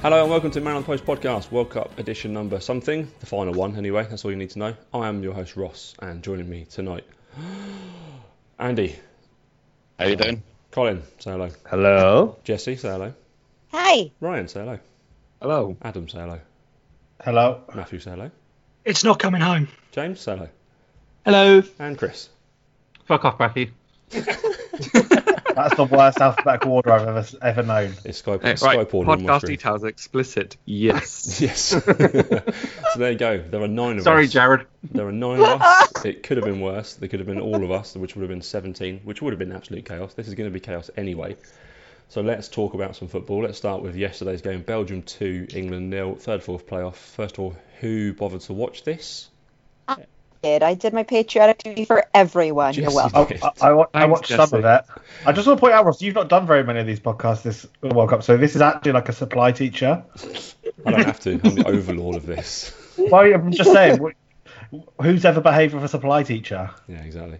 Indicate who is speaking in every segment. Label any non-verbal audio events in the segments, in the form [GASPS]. Speaker 1: Hello and welcome to Maryland Post Podcast World Cup edition number something, the final one anyway, that's all you need to know. I am your host Ross and joining me tonight, [GASPS] Andy,
Speaker 2: How you doing?
Speaker 1: Colin, say hello,
Speaker 3: Hello.
Speaker 1: Jesse, say hello,
Speaker 4: Hi.
Speaker 1: Ryan, say hello,
Speaker 3: Hello.
Speaker 1: Adam, say hello,
Speaker 3: Hello.
Speaker 1: Matthew, say hello,
Speaker 5: It's not coming home.
Speaker 1: James, say hello,
Speaker 6: Hello.
Speaker 1: and Chris.
Speaker 6: Fuck off, Bracky.
Speaker 3: That's the worst alphabetical order I've ever ever known.
Speaker 1: It's Skype,
Speaker 2: Right,
Speaker 1: Skype order on my
Speaker 2: podcast
Speaker 1: screen.
Speaker 2: details explicit. Yes.
Speaker 1: Yes.
Speaker 2: [LAUGHS]
Speaker 1: so there you go. There are nine of
Speaker 6: Sorry,
Speaker 1: us.
Speaker 6: Jared.
Speaker 1: There are nine
Speaker 4: [LAUGHS]
Speaker 1: of us. It could have been worse. There could have been all of us, which would have been 17, which would have been absolute chaos. This is going to be chaos anyway. So let's talk about some football. Let's start with yesterday's game Belgium 2, England nil. third, fourth playoff. First of all, who bothered to watch this?
Speaker 4: Did I did my patriotic duty for everyone. You're
Speaker 1: Jesse
Speaker 4: welcome.
Speaker 3: I,
Speaker 1: did.
Speaker 3: I, I, wa- I
Speaker 2: Thanks,
Speaker 3: watched some of
Speaker 2: Jesse.
Speaker 3: it. I just want to point out, Ross, you've not done very many of these podcasts this World Cup, so this is actually like a supply teacher.
Speaker 1: I don't have to. I'm the overlord of this. [LAUGHS]
Speaker 3: Well, I'm just saying, wh- who's ever behaved with a supply teacher?
Speaker 1: Yeah, exactly.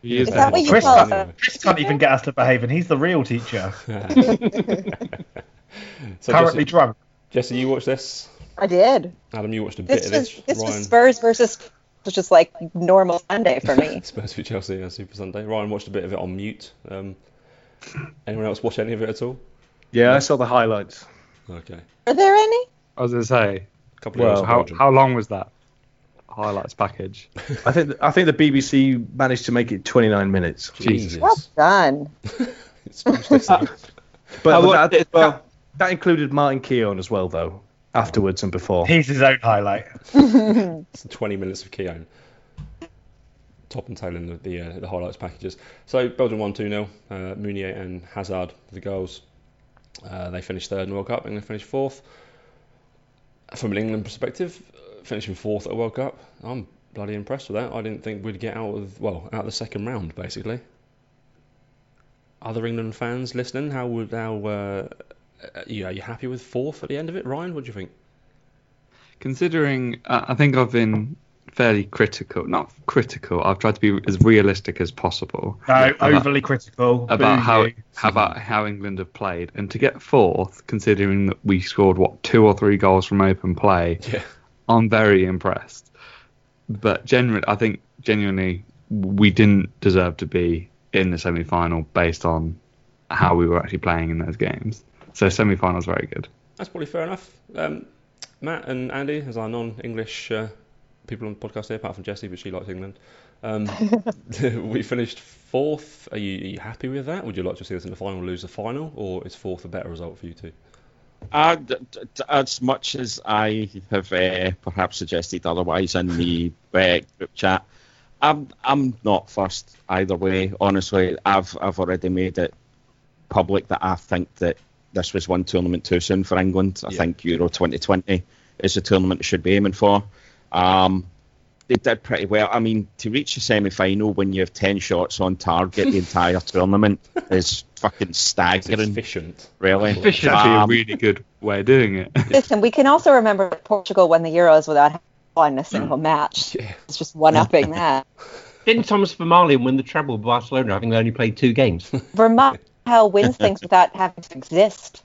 Speaker 2: He is
Speaker 4: Is that
Speaker 2: there.
Speaker 4: what you
Speaker 3: Chris
Speaker 4: call
Speaker 3: can't,
Speaker 1: Anyway.
Speaker 4: it?
Speaker 3: Chris can't even get us to behave, and he's the real teacher,
Speaker 1: So
Speaker 3: currently
Speaker 1: Jesse,
Speaker 3: drunk.
Speaker 1: Jesse, you watched this.
Speaker 4: I did.
Speaker 1: Adam, you watched a bit
Speaker 4: This
Speaker 1: of
Speaker 4: was
Speaker 1: this.
Speaker 4: this
Speaker 1: Ryan,
Speaker 4: was Spurs versus was just like normal Sunday for
Speaker 1: [LAUGHS]
Speaker 4: me.
Speaker 1: Spurs v Chelsea on Super Sunday. Ryan watched a bit of it on mute. Um, anyone else watch any of it at all?
Speaker 7: Yeah, I saw the highlights.
Speaker 1: Okay.
Speaker 4: Were there any?
Speaker 2: I was going to say,
Speaker 1: A couple of
Speaker 2: well,
Speaker 1: hours
Speaker 2: how,
Speaker 1: Belgium.
Speaker 2: how long was that highlights package?
Speaker 7: I think I think the BBC managed to make it 29 minutes.
Speaker 1: Jesus.
Speaker 4: Well
Speaker 1: [LAUGHS]
Speaker 4: done. [LAUGHS]
Speaker 1: It's just-
Speaker 7: But
Speaker 6: I watched
Speaker 7: that,
Speaker 6: it.
Speaker 7: well, that included Martin Keown as well, though. Afterwards and before.
Speaker 3: He's his own highlight.
Speaker 1: it's 20 minutes of Keown. Top and tail in the the, uh, the highlights packages. So Belgium won 2 0. Uh, Meunier and Hazard, the girls, uh, they finished third in the World Cup. England finished fourth. From an England perspective, uh, finishing fourth at a World Cup, I'm bloody impressed with that. I didn't think we'd get out of well out of the second round basically. Other England fans listening, how would how uh, uh, you know, are you happy with fourth at the end of it, Ryan? What do you think?
Speaker 2: Considering uh, I think I've been fairly critical, not critical, I've tried to be as realistic as possible
Speaker 3: No,
Speaker 2: about-
Speaker 3: overly critical.
Speaker 2: about
Speaker 3: Boo
Speaker 2: how
Speaker 3: you.
Speaker 2: about how England have played. And to get fourth, considering that we scored, what, two or three goals from open play,
Speaker 1: Yeah.
Speaker 2: I'm very impressed. But generally, I think genuinely we didn't deserve to be in the semi-final based on how we were actually playing in those games. So semi-final's very good.
Speaker 1: That's probably fair enough. Um, Matt and Andy, as our non-English uh, people on the podcast here, apart from Jessie, but she likes England. Um, [LAUGHS] we finished fourth. Are you, are you happy with that? Would you like to see us in the final, lose the final, or is fourth a better result for you two?
Speaker 8: Uh, d- d- d- as much as I have uh, perhaps suggested otherwise in the uh, group chat, I'm I'm not fussed either way. Honestly, I've I've already made it public that I think that this was one tournament too soon for England. I
Speaker 1: Yeah.
Speaker 8: think Euro 2020 is the tournament they should be aiming for. Um, they did pretty well. I mean, to reach a semi-final when you have ten shots on
Speaker 1: [LAUGHS]
Speaker 8: target the entire tournament is fucking
Speaker 1: It's
Speaker 8: staggering.
Speaker 1: efficient.
Speaker 8: Really,
Speaker 2: It's actually a
Speaker 8: Um,
Speaker 2: really good way of doing it. [LAUGHS]
Speaker 4: Listen, we can also remember Portugal won the Euros without having a single match.
Speaker 1: Mm. Yeah.
Speaker 4: It's just one
Speaker 1: [LAUGHS]
Speaker 4: upping that.
Speaker 6: Didn't Thomas Vermaelen win the treble with Barcelona, having only played two
Speaker 1: [LAUGHS]
Speaker 6: games?
Speaker 4: Vermont how wins things without having to exist.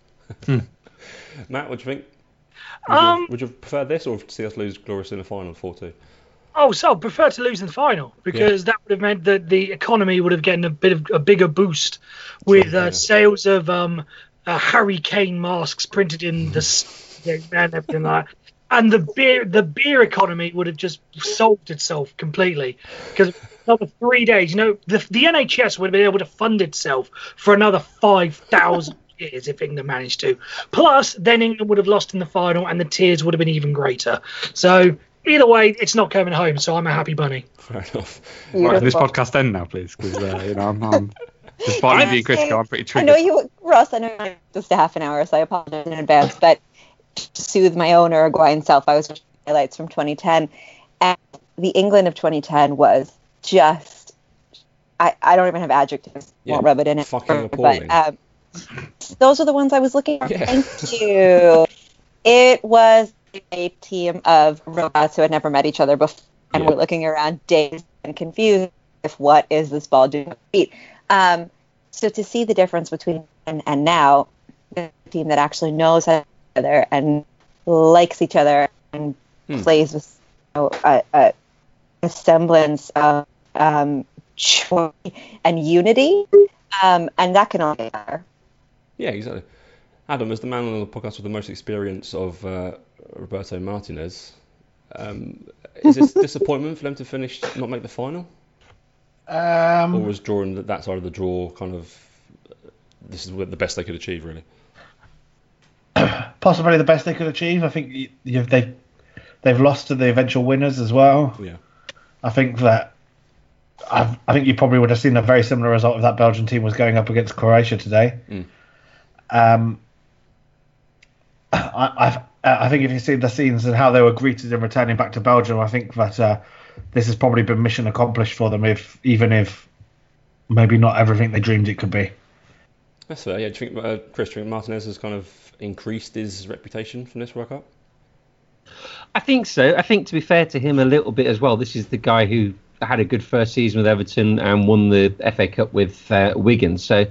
Speaker 1: Matt, what do you think? Would, you,
Speaker 5: Um,
Speaker 1: would you prefer this or see us lose gloriously in the final, four-two?
Speaker 5: oh, so I prefer to lose in the final because that would have meant that the economy would have gotten a bit of a bigger boost with
Speaker 1: Yeah.
Speaker 5: uh, sales [LAUGHS] of um, uh, Harry Kane masks printed in the s- and everything like that. and the beer the beer economy would have just solved itself completely because another three days you know the, the nhs would have been able to fund itself for another 5000 [LAUGHS] years if england managed to plus then england would have lost in the final and the tears would have been even greater so either way it's not coming home so i'm a happy bunny
Speaker 1: Fair enough.
Speaker 2: Right, can this
Speaker 4: Beautiful.
Speaker 2: podcast end now, please? Because uh, you know,
Speaker 4: [LAUGHS]
Speaker 2: I'm, I'm despite you being critical, I'm pretty
Speaker 4: I
Speaker 2: triggered.
Speaker 4: know you, Ross. I know you just a half an hour, so I apologize in advance. But to soothe my own Uruguayan self, I was watching highlights from 2010, and the England of 2010 was just. I, I don't even have adjectives.
Speaker 1: Yeah,
Speaker 4: Won't rub it in. it,
Speaker 1: fucking appalling.
Speaker 4: But um, those are the ones I was looking for.
Speaker 1: Yeah.
Speaker 4: Thank you. It was a team of robots who had never met each other before and
Speaker 1: Yeah.
Speaker 4: were looking around dazed and confused if what is this ball doing at my feet? Um, so to see the difference between then and now, the team that actually knows each other and likes each other and
Speaker 1: Hmm.
Speaker 4: plays with you know, a, a, a semblance of um, joy and unity, um, and that can only get better.
Speaker 1: Yeah, exactly. Adam, as the man on the podcast with the most experience of uh, Roberto Martinez, um, is this disappointment for them to finish not make the final, or
Speaker 3: Um,
Speaker 1: was drawing that, that side of the draw kind of uh, this is what the best they could achieve really?
Speaker 3: possibly the best they could achieve. I think you, you've, they they've lost to the eventual winners as well.
Speaker 1: Yeah.
Speaker 3: I think that i I think you probably would have seen a very similar result if that Belgian team was going up against Croatia today.
Speaker 1: Mm.
Speaker 3: Um, I, I've, I think if you see the scenes and how they were greeted in returning back to Belgium, I think that uh, this has probably been mission accomplished for them. If even if maybe not everything they dreamed it could be.
Speaker 1: That's fair. Yeah, do you think, uh, Chris, do you think Martinez has kind of increased his reputation from this World Cup?
Speaker 6: I think so. I think to be fair to him a little bit as well, this is the guy who had a good first season with Everton and won the FA Cup with uh, Wigan. So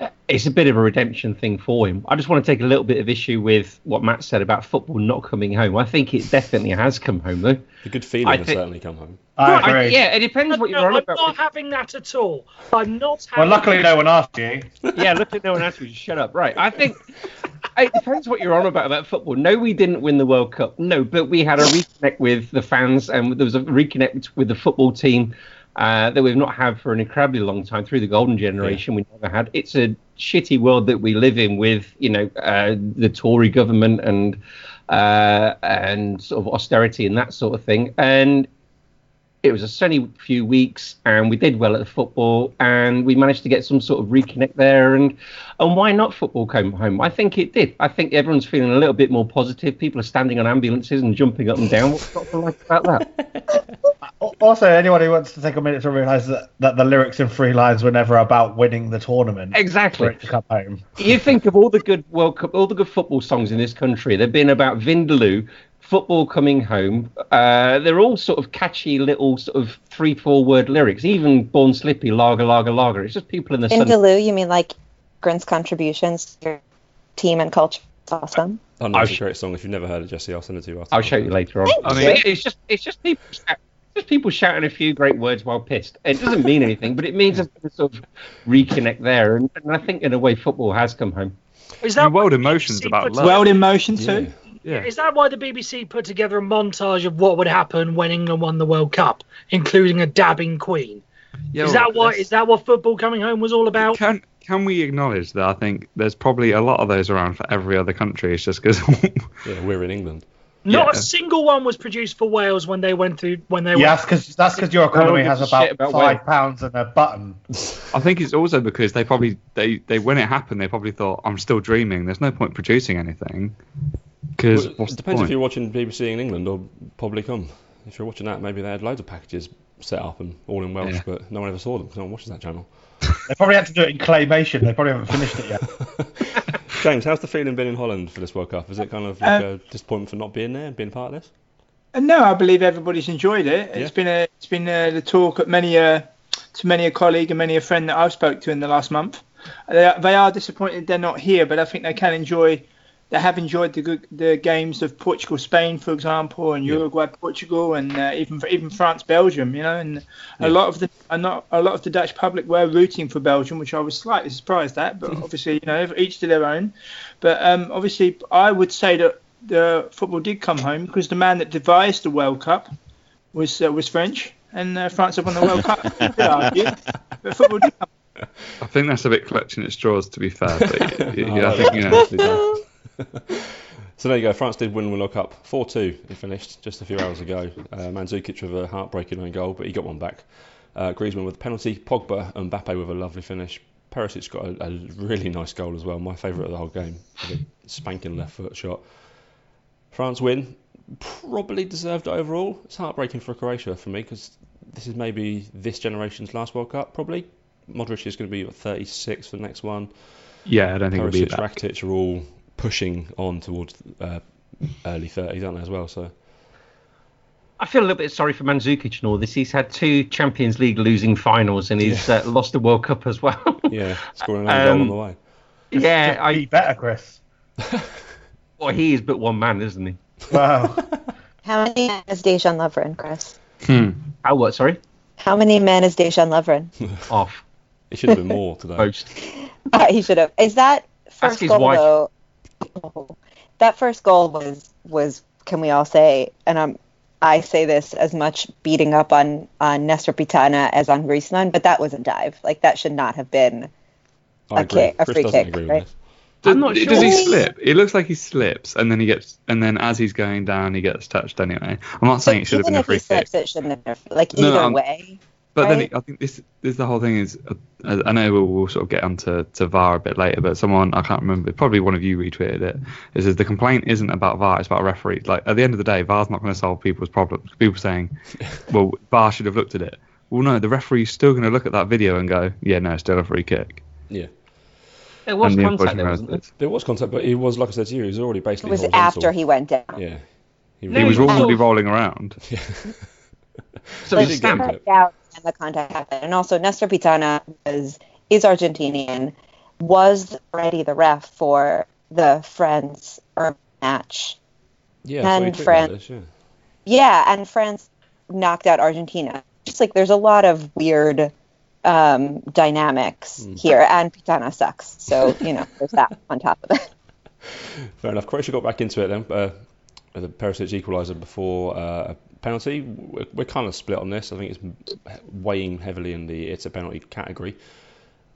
Speaker 6: uh it's a bit of a redemption thing for him. I just want to take a little bit of issue with what Matt said about football not coming home. I think it definitely has come home though.
Speaker 1: The good feeling
Speaker 6: I
Speaker 1: has
Speaker 6: thi-
Speaker 1: certainly come home.
Speaker 3: I
Speaker 6: I-
Speaker 3: agree.
Speaker 6: yeah, it depends what you're
Speaker 5: No,
Speaker 6: on
Speaker 5: i'm
Speaker 6: about.
Speaker 5: not having that at all i'm not having
Speaker 3: Well, luckily no one asked you.
Speaker 6: [LAUGHS] yeah, look at no one asked me. Shut up. Right. I think it depends what you're on about about football. No, we didn't win the World Cup. No, but we had a reconnect with the fans, and there was a reconnect with the football team uh, that we've not had for an incredibly long time through the golden generation. We never had. It's a shitty world that we live in with you know uh, the Tory government and uh, and sort of austerity and that sort of thing. And it was a sunny few weeks and we did well at the football and we managed to get some sort of reconnect there and and why not football came home i think it did i think everyone's feeling a little bit more positive people are standing on ambulances and jumping up and down what's not to like about that
Speaker 3: Al- Also, anyone who wants to take a minute to realise that, that the lyrics in Three Lines were never about winning the tournament. for
Speaker 6: exactly
Speaker 3: it to come home.
Speaker 6: you think of all the good World Cup, all the good football songs in this country. They've been about Vindaloo, football coming home. Uh, they're all sort of catchy little sort of three, four word lyrics. Even Born Slippy, Lager, Lager, Lager. It's just people in the sun.
Speaker 4: Vindaloo, you mean like Grin's contributions to your team and culture? It's awesome.
Speaker 1: Oh, no,
Speaker 6: I'll
Speaker 1: it's a
Speaker 6: sh-
Speaker 1: great song. If you've never heard it, Jesse, I'll send it to you. After
Speaker 6: I'll show you later on.
Speaker 2: I
Speaker 6: But
Speaker 2: mean-
Speaker 6: it's just it's just people shout- just people shouting a few great words while pissed. It doesn't mean anything, but it means a bit of sort of reconnect there. And, and I think in a way, football has come home.
Speaker 5: is
Speaker 2: You
Speaker 5: that
Speaker 2: world emotions
Speaker 5: BBC
Speaker 2: about
Speaker 5: put-
Speaker 2: love.
Speaker 9: World in motion
Speaker 1: Yeah.
Speaker 9: too.
Speaker 2: yeah.
Speaker 5: Is that why the BBC put together a montage of what would happen when England won the World Cup, including a dabbing queen?
Speaker 2: Yeah,
Speaker 5: is
Speaker 2: well,
Speaker 5: that what
Speaker 2: let's-
Speaker 5: is that what football coming home was all about?
Speaker 2: Can can we acknowledge that I think there's probably a lot of those around for every other country. It's just [LAUGHS] because
Speaker 1: Yeah, we're in England.
Speaker 5: Not a
Speaker 2: yeah.
Speaker 5: single one was produced for Wales when they went through when they
Speaker 3: Yes, because that's because your economy has
Speaker 6: gives a
Speaker 3: about,
Speaker 6: shit about
Speaker 3: five
Speaker 6: Wales?
Speaker 3: pounds and a button.
Speaker 2: I think it's also because they probably they, they when it happened they probably thought I'm still dreaming. There's no point producing anything because
Speaker 1: Well,
Speaker 2: what's
Speaker 1: it
Speaker 2: the
Speaker 1: depends if
Speaker 2: point?
Speaker 1: you're watching BBC in England or Publicum. If you're watching that, maybe they had loads of packages set up and all in Welsh,
Speaker 2: Yeah.
Speaker 1: but no one ever saw them because no one watches that channel.
Speaker 3: They probably had to do it in claymation. They probably haven't finished it yet.
Speaker 1: James, how's the feeling been in Holland for this World Cup? Is it kind of like a disappointment for not being there and being part of this?
Speaker 9: And no, I believe everybody's enjoyed it. It's
Speaker 1: Yeah.
Speaker 9: been a, it's been uh the talk at many uh to many a colleague and many a friend that I've spoke to in the last month. They are, they are disappointed they're not here, but I think they can enjoy. They have enjoyed the good, the games of Portugal, Spain, for example, and
Speaker 1: Yeah.
Speaker 9: Uruguay, Portugal, and uh, even even France, Belgium. You know, and
Speaker 1: Yeah.
Speaker 9: a lot of the a lot, a lot of the Dutch public were rooting for Belgium, which I was
Speaker 1: [LAUGHS]
Speaker 9: slightly surprised at. But obviously, you know, each to their own. But um, obviously, I would say that the football did come home because the man that devised the World Cup was uh, was French, and uh, France have won the World
Speaker 1: [LAUGHS]
Speaker 9: Cup. You could argue, but football did come.
Speaker 2: I think that's a bit clutching at straws, to be fair.
Speaker 1: [LAUGHS]
Speaker 2: But y- y-
Speaker 1: Oh,
Speaker 2: I think, you know,
Speaker 1: that's nicely done. so there you go. France did win the World Cup 4 2. It finished just a few hours ago. Uh, Mandzukic with a heartbreaking own goal, but he got one back. Uh, Griezmann with a penalty. Pogba and Mbappe with a lovely finish. Perisic got a, a really nice goal as well. My favourite of the whole game. With a Spanking left foot shot. France win. Probably deserved it overall. It's heartbreaking for Croatia for me because this is maybe this generation's last World Cup, probably. Modric is going to be what, 36 for the next one.
Speaker 2: yeah, I don't think it'll be
Speaker 1: Perisic,
Speaker 2: that.
Speaker 1: Rakitic are all pushing on towards uh, early 30s, aren't they, as well? So
Speaker 6: I feel a little bit sorry for Mandzukic and all this. He's had two Champions League losing finals and he's uh, lost the World Cup as well.
Speaker 1: [LAUGHS] yeah, scoring an own goal on
Speaker 6: Um,
Speaker 1: the way.
Speaker 6: yeah,
Speaker 3: Just
Speaker 6: I,
Speaker 3: be better, Chris.
Speaker 6: well, he is but one man, isn't he?
Speaker 3: Wow.
Speaker 4: How many men is Dejan Lovren, Chris?
Speaker 2: Hmm.
Speaker 6: Oh, what?
Speaker 1: [LAUGHS]
Speaker 6: Sorry,
Speaker 4: How many men is Dejan Lovren? [LAUGHS]
Speaker 6: off
Speaker 1: It should have been more today.
Speaker 6: post.
Speaker 4: Uh, he should have. Is that
Speaker 6: Ask
Speaker 4: first
Speaker 6: his
Speaker 4: goal
Speaker 6: wife.
Speaker 4: though? oh, that first goal was was can we all say? And I'm I say this as much beating up on on Nestor Pitana as on Griezmann, but that was a dive. Like that should not have been.
Speaker 1: I
Speaker 4: a
Speaker 1: agree.
Speaker 4: kick- a
Speaker 1: Chris
Speaker 4: free
Speaker 1: doesn't
Speaker 4: kick,
Speaker 1: agree with
Speaker 4: right?
Speaker 1: this.
Speaker 2: Does,
Speaker 6: I'm not
Speaker 2: Does he
Speaker 4: sure.
Speaker 2: slip? It looks like he slips, and then he gets, and then as he's going down, he gets touched anyway. I'm not saying it should have
Speaker 4: even
Speaker 2: been a
Speaker 4: if he
Speaker 2: free kick,
Speaker 4: slips, it shouldn't have. Like
Speaker 2: No, no,
Speaker 4: either
Speaker 2: I'm-
Speaker 4: way.
Speaker 2: but then
Speaker 4: right?
Speaker 2: it, I think this, this the whole thing is. uh, I I know we'll, we'll sort of get onto to VAR a bit later, but someone I can't remember, probably one of you retweeted it. It says the complaint isn't about VAR, it's about referees. Like at the end of the day, VAR's not going to solve people's problems. People saying,
Speaker 4: [LAUGHS]
Speaker 2: "Well, VAR should have looked at it." Well, no, the referee's still going to look at that video and go, "Yeah, no, still a free kick."
Speaker 1: Yeah.
Speaker 6: There was
Speaker 2: and the
Speaker 6: contact
Speaker 2: unfortunate
Speaker 6: there, wasn't there?
Speaker 2: result is-
Speaker 1: There was contact, but he was, like I said to you, he was already
Speaker 4: It
Speaker 1: basically
Speaker 4: was
Speaker 1: horizontal.
Speaker 4: after he went down.
Speaker 1: Yeah.
Speaker 6: No,
Speaker 2: He was
Speaker 6: he was
Speaker 2: already
Speaker 6: off.
Speaker 4: [LAUGHS]
Speaker 2: rolling around.
Speaker 6: So
Speaker 1: He
Speaker 6: it's
Speaker 1: did
Speaker 6: a
Speaker 1: get
Speaker 6: stamp.
Speaker 1: it.
Speaker 4: out and the contact happened. And also, Nestor Pitana was, is Argentinian, was already the ref for the France Uruguay match.
Speaker 1: Yeah, I saw you
Speaker 4: And
Speaker 1: tweeted about
Speaker 4: Fran-
Speaker 1: this, yeah.
Speaker 4: Yeah, and France knocked out Argentina. Just like there's a lot of weird um, dynamics
Speaker 1: Hmm.
Speaker 4: here, and Pitana sucks. So, you know, there's that on top of it.
Speaker 1: Fair enough. Croatia got back into it then. Uh, with a Perisic equaliser before uh, a penalty. We're, we're kind of split on this. I think it's weighing heavily in the it's a penalty category.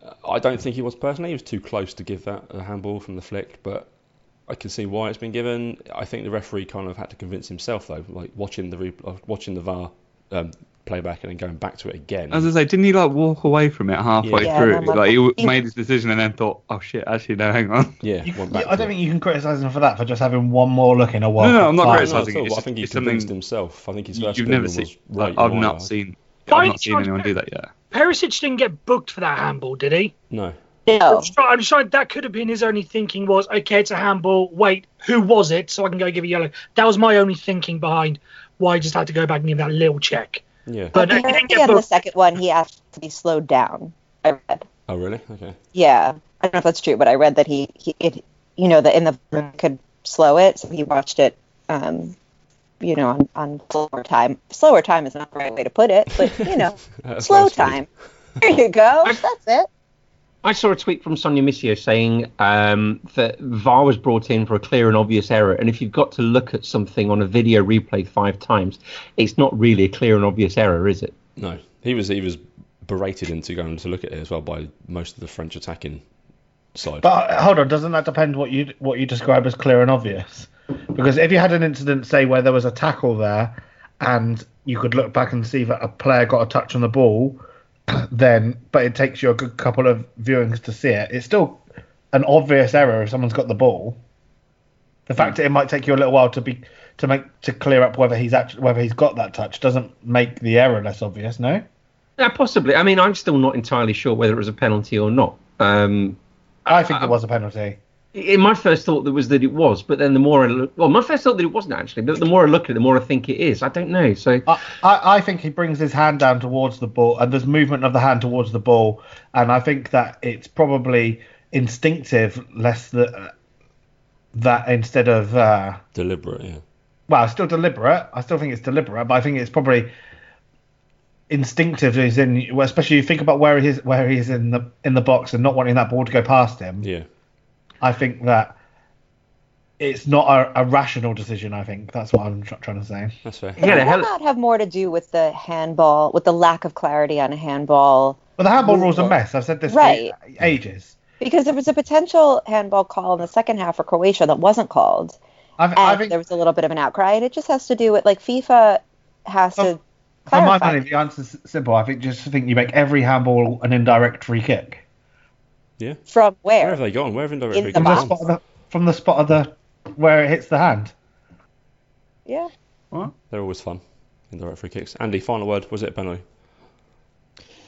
Speaker 1: Uh, I don't think he was personally. He was too close to give that a handball from the flick, but I can see why it's been given. I think the referee kind of had to convince himself though, like watching the re- uh, watching the VAR um, playback and then going back to it again.
Speaker 2: As I say, didn't he like walk away from it halfway
Speaker 4: Yeah,
Speaker 2: through?
Speaker 4: no, but-
Speaker 2: like he w- made his decision and then thought, "Oh shit, actually no, hang on."
Speaker 1: yeah,
Speaker 3: You-
Speaker 1: went back
Speaker 3: I
Speaker 1: to
Speaker 3: don't
Speaker 1: it.
Speaker 3: think you can criticise him for that for just having one more look in a while.
Speaker 2: No, no, I'm not
Speaker 1: No,
Speaker 2: criticising it.
Speaker 1: not at all,
Speaker 2: It's
Speaker 1: but I
Speaker 2: just-
Speaker 1: think he
Speaker 2: it's something
Speaker 1: convinced himself. I think his first
Speaker 2: You've never
Speaker 1: opinion
Speaker 2: seen.
Speaker 1: was right.
Speaker 2: I've
Speaker 1: wide.
Speaker 2: not seen.
Speaker 5: Why
Speaker 2: I've
Speaker 5: did
Speaker 2: not seen
Speaker 5: you-
Speaker 2: anyone do that yet.
Speaker 5: Perisic didn't get booked for that handball, did he?
Speaker 1: No.
Speaker 5: I'm
Speaker 4: No.
Speaker 5: just trying. I'm just trying- That could have been his only thinking was, okay, it's a handball. Wait, who was it? So I can go give a yellow. That was my only thinking behind why I just had to go back and give that little check.
Speaker 1: Yeah.
Speaker 5: But no, he didn't
Speaker 4: Apparently,
Speaker 5: get
Speaker 4: on the
Speaker 5: booked.
Speaker 4: second one, he asked to be slowed down. I read.
Speaker 1: Oh really? Okay.
Speaker 4: Yeah, I don't know if that's true, but I read that he he it, you know that in the room could slow it, so he watched it. Um, you know, on, on slower time. Slower time is not the right way to put it, but you
Speaker 3: [LAUGHS]
Speaker 4: know,
Speaker 1: That's
Speaker 4: slow
Speaker 1: last week.
Speaker 4: time. There you go. That's it.
Speaker 6: I saw a tweet from Sonia Missio saying um, that VAR was brought in for a clear and obvious error, and if you've got to look at something on a video replay five times, it's not really a clear and obvious error, is it?
Speaker 1: No, he was he was berated into going to look at it as well by most of the French attacking side.
Speaker 3: But uh, hold on, doesn't that depend what you what you describe as clear and obvious? Because if you had an incident, say, where there was a tackle there, and you could look back and see that a player got a touch on the ball, [CLEARS THROAT] then but it takes you a good couple of viewings to see it. It's still an obvious error if someone's got the ball. The fact that it might take you a little while to be to make to clear up whether he's actually whether he's got that touch doesn't make the error less obvious. No.
Speaker 6: Yeah, possibly. I mean, I'm still not entirely sure whether it was a penalty or not. Um,
Speaker 3: I think it was a penalty.
Speaker 6: in my first thought, that was that it was, but then the more I look, well, my first thought that it wasn't actually, but the more I look at it, the more I think it is. I don't know. So
Speaker 3: I, I I think he brings his hand down towards the ball, and there's movement of the hand towards the ball, and I think that it's probably instinctive, less that that instead of uh,
Speaker 1: Deliberate, yeah.
Speaker 3: well, it's still deliberate. I still think it's deliberate, but I think it's probably instinctive. Is in well, especially you think about where he is, where he is in the in the box, and not wanting that ball to go past him.
Speaker 1: Yeah.
Speaker 3: I think that it's not a, a rational decision. I think that's what I'm tr- trying to say.
Speaker 1: That's fair.
Speaker 6: Yeah, the
Speaker 4: Does
Speaker 6: hell-
Speaker 4: that have more to do with the handball, with the lack of clarity on a handball?
Speaker 3: But the handball rules a
Speaker 4: Well,
Speaker 3: mess. I've said this
Speaker 4: right.
Speaker 3: for ages.
Speaker 4: Because there was a potential handball call in the second half for Croatia that wasn't called.
Speaker 3: I've,
Speaker 4: And
Speaker 3: I think
Speaker 4: there was a little bit of an outcry. And it just has to do with, like, FIFA has
Speaker 3: Well,
Speaker 4: to
Speaker 3: For my
Speaker 4: clarify.
Speaker 3: money, the answer's simple. I think just think you make every handball an indirect free kick
Speaker 4: from
Speaker 1: Where have
Speaker 4: where?
Speaker 1: they gone? Where have Indirect
Speaker 4: In
Speaker 1: Free
Speaker 4: the
Speaker 3: from
Speaker 1: gone?
Speaker 3: the
Speaker 4: box.
Speaker 3: spot of the from the spot of the where it hits the hand.
Speaker 4: Yeah.
Speaker 1: They're always fun. Indirect free kicks. Andy, final word. Was it Benno?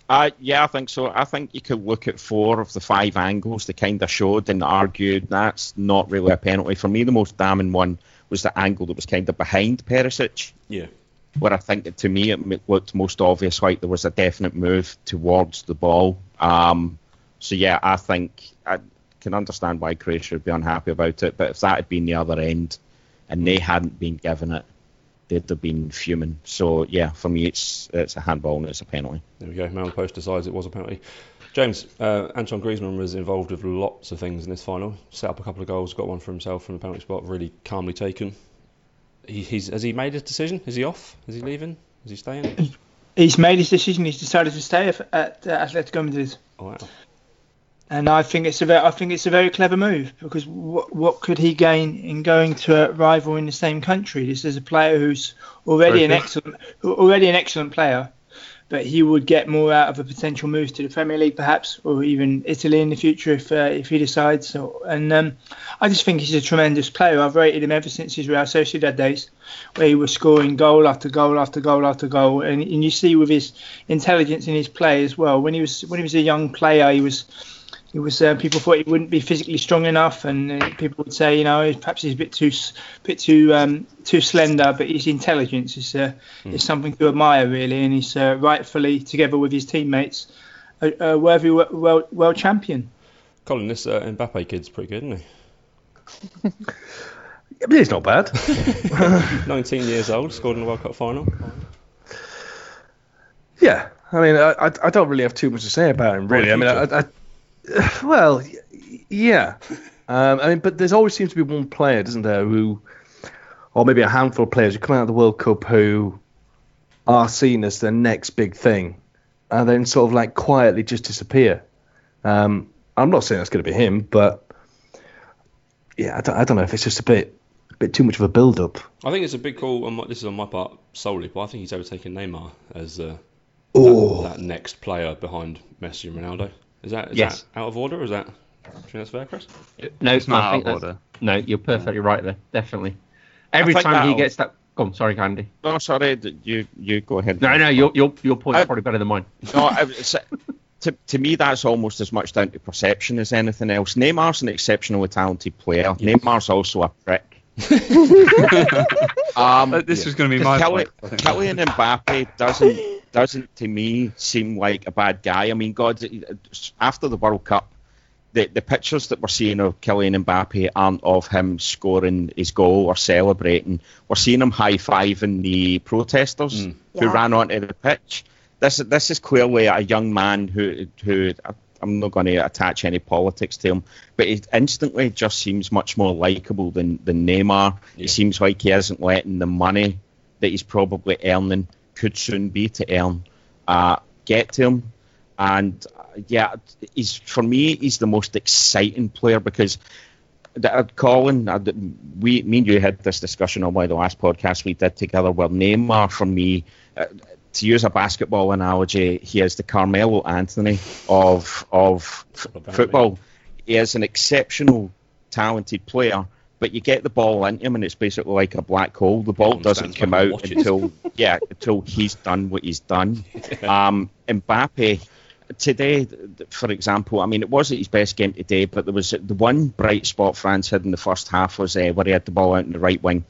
Speaker 8: Uh, yeah, I think so. I think you could look at four of the five angles they kind of showed and argued that's not really a penalty. For me, the most damning one was the angle that was kind of behind Perisic,
Speaker 1: Yeah.
Speaker 8: where I think that to me it m- looked most obvious like there was a definite move towards the ball. Um, so, yeah, I think I can understand why Croatia would be unhappy about it, but if that had been the other end and they hadn't been given it, they'd have been fuming. So, yeah, for me, it's, it's a handball and it's a penalty.
Speaker 1: There we go. Man on the post decides it was a penalty. James, uh, Antoine Griezmann was involved with lots of things in this final. Set up a couple of goals, got one for himself from the penalty spot, really calmly taken. He, he's has he made his decision? Is he off? Is he leaving? Is he staying?
Speaker 9: He's made his decision. He's decided to stay at, at uh, Atletico Madrid,
Speaker 1: Oh, wow.
Speaker 9: and I think it's a very, I think it's a very clever move because what what could he gain in going to a rival in the same country? This is a player who's already an
Speaker 2: Very good.
Speaker 9: excellent, who- already an excellent player, but he would get more out of a potential move to the Premier League, perhaps, or even Italy in the future if uh, if he decides. So, and um, I just think he's a tremendous player. I've rated him ever since his Real Sociedad days, where he was scoring goal after goal after goal after goal, and, and you see with his intelligence in his play as well. When he was when he was a young player, he was he was uh, people thought he wouldn't be physically strong enough, and uh, people would say, you know, perhaps he's a bit too s- bit too um, too slender. But his intelligence is uh,
Speaker 1: Hmm.
Speaker 9: is something to admire really, and he's uh, rightfully together with his teammates. A, a worthy wo- world, world champion.
Speaker 1: Colin, this uh, Mbappe kid's pretty good, isn't he?
Speaker 7: Yeah, but he's not
Speaker 1: [LAUGHS]
Speaker 7: bad.
Speaker 1: 19 years old, scored in the World Cup final.
Speaker 7: Yeah, I mean, I, I I don't really have too much to say about him, really. I mean, I, I, I- [SIGHS] well, y- yeah. Um, I mean, but there's always seems to be one player, doesn't there, who, or maybe a handful of players who come out of the World Cup who are seen as the next big thing, and then sort of like quietly just disappear. Um, I'm not saying that's going to be him, but yeah, I don't, I don't know if it's just a bit, a bit too much of a build-up.
Speaker 1: I think it's a big call. On my, this is on my part solely, but I think he's overtaken Neymar as uh,
Speaker 7: Oh,
Speaker 1: that next player behind Messi and Ronaldo. Is that is
Speaker 6: Yes.
Speaker 1: that out of order? Or is that? Do you think that's fair, Chris?
Speaker 6: No,
Speaker 2: It's not
Speaker 6: I
Speaker 2: out
Speaker 6: think
Speaker 2: of
Speaker 6: that's-
Speaker 2: order.
Speaker 6: No, you're perfectly right there. Definitely. Every
Speaker 8: think
Speaker 6: time he
Speaker 8: that'll-
Speaker 6: gets that. Go on, sorry, Andy.
Speaker 8: No, sorry, d- you you go ahead.
Speaker 6: No, no, your your your point's
Speaker 8: I-
Speaker 6: probably better than mine.
Speaker 8: No, I- it's, to to me that's almost as much down to perception as anything else. Neymar's an exceptionally talented player. Neymar's also a prick. um,
Speaker 2: Uh, this was going to be my
Speaker 8: Kelly,
Speaker 2: point. I think.
Speaker 8: Kylian Mbappe doesn't doesn't to me seem like a bad guy. I mean, God, after the World Cup, the the pictures that we're seeing of Kylian Mbappe aren't of him scoring his goal or celebrating. We're seeing him high fiving the protesters who
Speaker 4: Yeah.
Speaker 8: ran onto the pitch. This this is clearly a young man who who. I'm not going to attach any politics to him, but he instantly just seems much more likable than, than Neymar.
Speaker 1: Yeah.
Speaker 8: It seems like he isn't letting the money that he's probably earning could soon be to earn uh, get to him. And uh, yeah, he's for me he's the most exciting player because that- uh, Colin, uh, th- we me and you had this discussion on one of the last podcasts we did together. Well, Neymar for me. Uh, to use a basketball analogy, he is the Carmelo Anthony of of f-
Speaker 1: Apparently.
Speaker 8: football. He is an exceptional, talented player, but you get the ball into him, and it's basically like a black hole. The ball
Speaker 1: Colin
Speaker 8: doesn't
Speaker 1: stands
Speaker 8: come
Speaker 1: back and
Speaker 8: out
Speaker 1: watches.
Speaker 8: until yeah, until he's done what
Speaker 1: [LAUGHS]
Speaker 8: he's done. Um, Mbappe today, th- th- for example, I mean it wasn't his best game today, but there was uh, the one bright spot France had in the first half was uh, where he had the ball out in the right wing.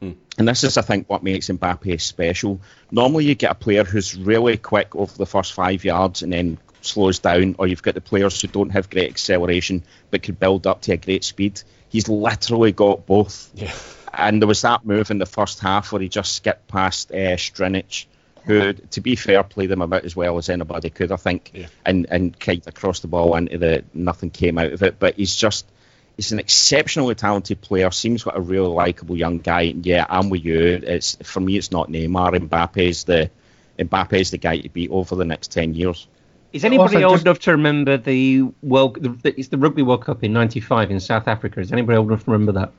Speaker 1: Hmm.
Speaker 8: And this is, I think, what makes Mbappe special. Normally, you get a player who's really quick over the first five yards and then slows down, or you've got the players who don't have great acceleration but could build up to a great speed. He's literally got both.
Speaker 1: Yeah.
Speaker 8: And there was that move in the first half where he just skipped past uh, Strinich, who, to be fair, played him about as well as anybody could, I think,
Speaker 1: Yeah.
Speaker 8: and and kicked across the ball into the nothing came out of it. But he's just he's an exceptionally talented player. Seems like a really likable young guy. And yeah, I'm with you. It's for me, it's not Neymar. Mbappe's the Mbappe's the guy to beat over the next ten years.
Speaker 6: Is anybody
Speaker 3: Also,
Speaker 6: old
Speaker 3: just-
Speaker 6: enough to remember the world? The, the, it's the Rugby World Cup in '95 in South Africa. Is anybody old enough to remember that?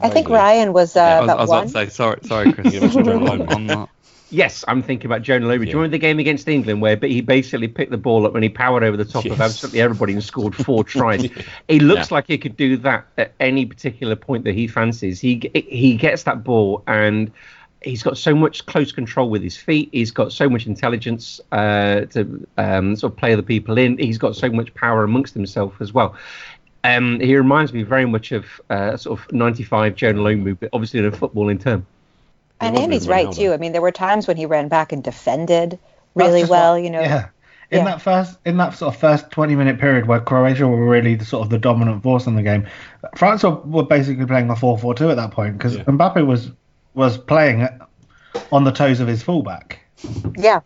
Speaker 4: I think Ryan was uh,
Speaker 2: I was, I
Speaker 4: about
Speaker 2: was about
Speaker 4: one.
Speaker 2: to say sorry, sorry,
Speaker 4: [LAUGHS]
Speaker 2: Chris.
Speaker 1: You mentioned John
Speaker 2: I'm-
Speaker 1: Lomond.
Speaker 2: I'm not-
Speaker 6: Yes, I'm thinking about Jonah Lomu. Do you
Speaker 1: Yeah.
Speaker 6: remember the game against England where but he basically picked the ball up and he powered over the top
Speaker 1: Yes.
Speaker 6: of absolutely everybody and
Speaker 1: [LAUGHS]
Speaker 6: scored four tries? He looks like he could do that at any particular point that he fancies. He g- he gets that ball and he's got so much close control with his feet. He's got so much intelligence uh, to um, sort of play other people in. He's got so much power amongst himself as well. Um, he reminds me very much of uh, sort of 95 Jonah Lomu, but obviously in a footballing term.
Speaker 4: And
Speaker 1: Robin
Speaker 4: Andy's right
Speaker 1: Ronaldo.
Speaker 4: too. I mean, there were times when he ran back and defended really
Speaker 3: just
Speaker 4: well.
Speaker 3: what-
Speaker 4: You know,
Speaker 3: Yeah. In
Speaker 4: Yeah.
Speaker 3: that first, in that sort of first twenty-minute period where Croatia were really the sort of the dominant force in the game, France were, were basically playing a four-four-two at that point because
Speaker 1: Yeah.
Speaker 3: Mbappe was was playing on the toes of his fullback.
Speaker 4: yeah,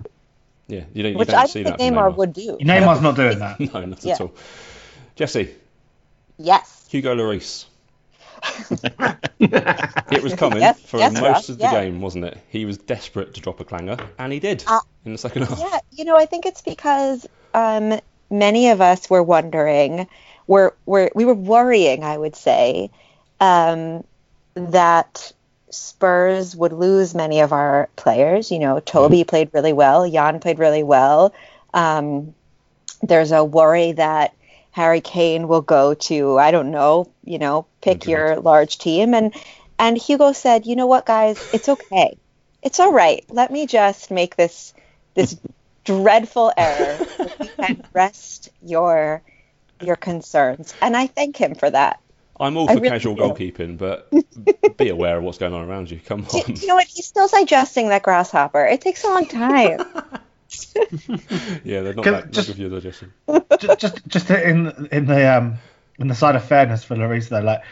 Speaker 1: Yeah, you don't, you
Speaker 4: which
Speaker 1: don't
Speaker 4: I don't
Speaker 1: see
Speaker 4: think
Speaker 1: that from
Speaker 4: Neymar would do.
Speaker 3: Neymar's not doing that.
Speaker 1: [LAUGHS] No, not
Speaker 4: Yeah.
Speaker 1: at all. Jesse,
Speaker 3: [LAUGHS]
Speaker 4: Yes, [LAUGHS]
Speaker 1: Hugo Lloris. it was coming
Speaker 4: Yes,
Speaker 1: for
Speaker 4: yes,
Speaker 1: most
Speaker 4: Russ,
Speaker 1: of the
Speaker 4: yeah.
Speaker 1: game, wasn't it? He was desperate to drop a clanger, and he did
Speaker 4: Uh,
Speaker 1: in the second half.
Speaker 4: yeah. You know, I think it's because um, many of us were wondering, were were we were worrying, I would say, um, that Spurs would lose many of our players. You know, Toby played really well. Jan played really well. Um, there's a worry that Harry Kane will go to I don't know, you know, pick your large team and and Hugo said, "You know what, guys? It's okay. It's all right. Let me just make this this dreadful error so you
Speaker 1: [LAUGHS]
Speaker 4: can rest your your concerns." And I thank him for that.
Speaker 1: I'm all
Speaker 4: I
Speaker 1: for
Speaker 4: really
Speaker 1: casual
Speaker 4: do.
Speaker 1: goalkeeping,
Speaker 4: [LAUGHS]
Speaker 1: but be aware of what's going on around you. Come
Speaker 4: Do,
Speaker 1: on.
Speaker 4: do you know what? He's still digesting that grasshopper. It takes a long time.
Speaker 1: [LAUGHS] yeah, they're not
Speaker 3: Can-
Speaker 1: that not
Speaker 3: just-
Speaker 1: good for your digestion.
Speaker 3: just, just, just in in the um in the side of fairness for Larissa, though, like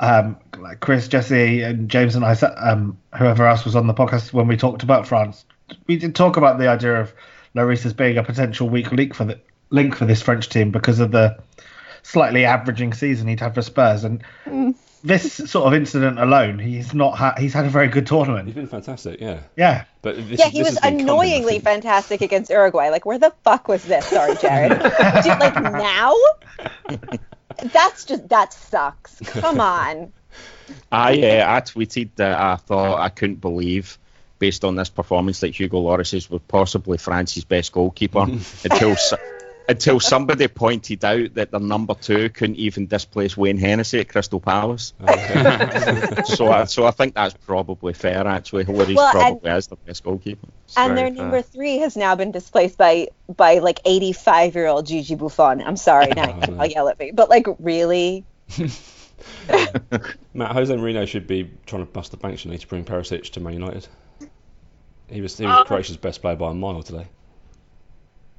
Speaker 3: um like Chris, Jesse, and James and I, sa- um whoever else was on the podcast when we talked about France, we did talk about the idea of Larissa's being a potential weak link for the link for this French team because of the slightly averaging season he'd had for Spurs and.
Speaker 4: Mm.
Speaker 3: This sort of incident alone, he's not. Ha- he's had a very good
Speaker 1: He's
Speaker 3: tournament.
Speaker 1: been
Speaker 3: [LAUGHS]
Speaker 1: fantastic, yeah.
Speaker 3: Yeah,
Speaker 1: But this,
Speaker 4: yeah, he
Speaker 1: this
Speaker 4: was
Speaker 1: has been coming, I
Speaker 4: annoyingly
Speaker 1: think.
Speaker 4: fantastic against Uruguay. Like, where the fuck was this? Sorry, Jared. Dude, like now? That's just that sucks. Come on.
Speaker 8: I uh, I tweeted that I thought I couldn't believe, based on this performance, that Hugo Lloris was possibly France's best goalkeeper until s- until somebody pointed out that their number two couldn't even displace Wayne Hennessy at Crystal Palace. so I, so I think that's probably fair actually. Lloris
Speaker 4: Well, and-
Speaker 8: probably is the best goalkeeper.
Speaker 4: and their
Speaker 2: very fair.
Speaker 4: number three has now been displaced by by like 85 year old Gigi Buffon. I'm sorry, now
Speaker 1: Oh, no.
Speaker 4: you'll yell at me, but like really,
Speaker 1: Matt, Jose Mourinho should be trying to bust the bank, shouldn't he, to bring Perisic to Man United? He was, he was
Speaker 5: Uh,
Speaker 1: Croatia's best player by a mile today.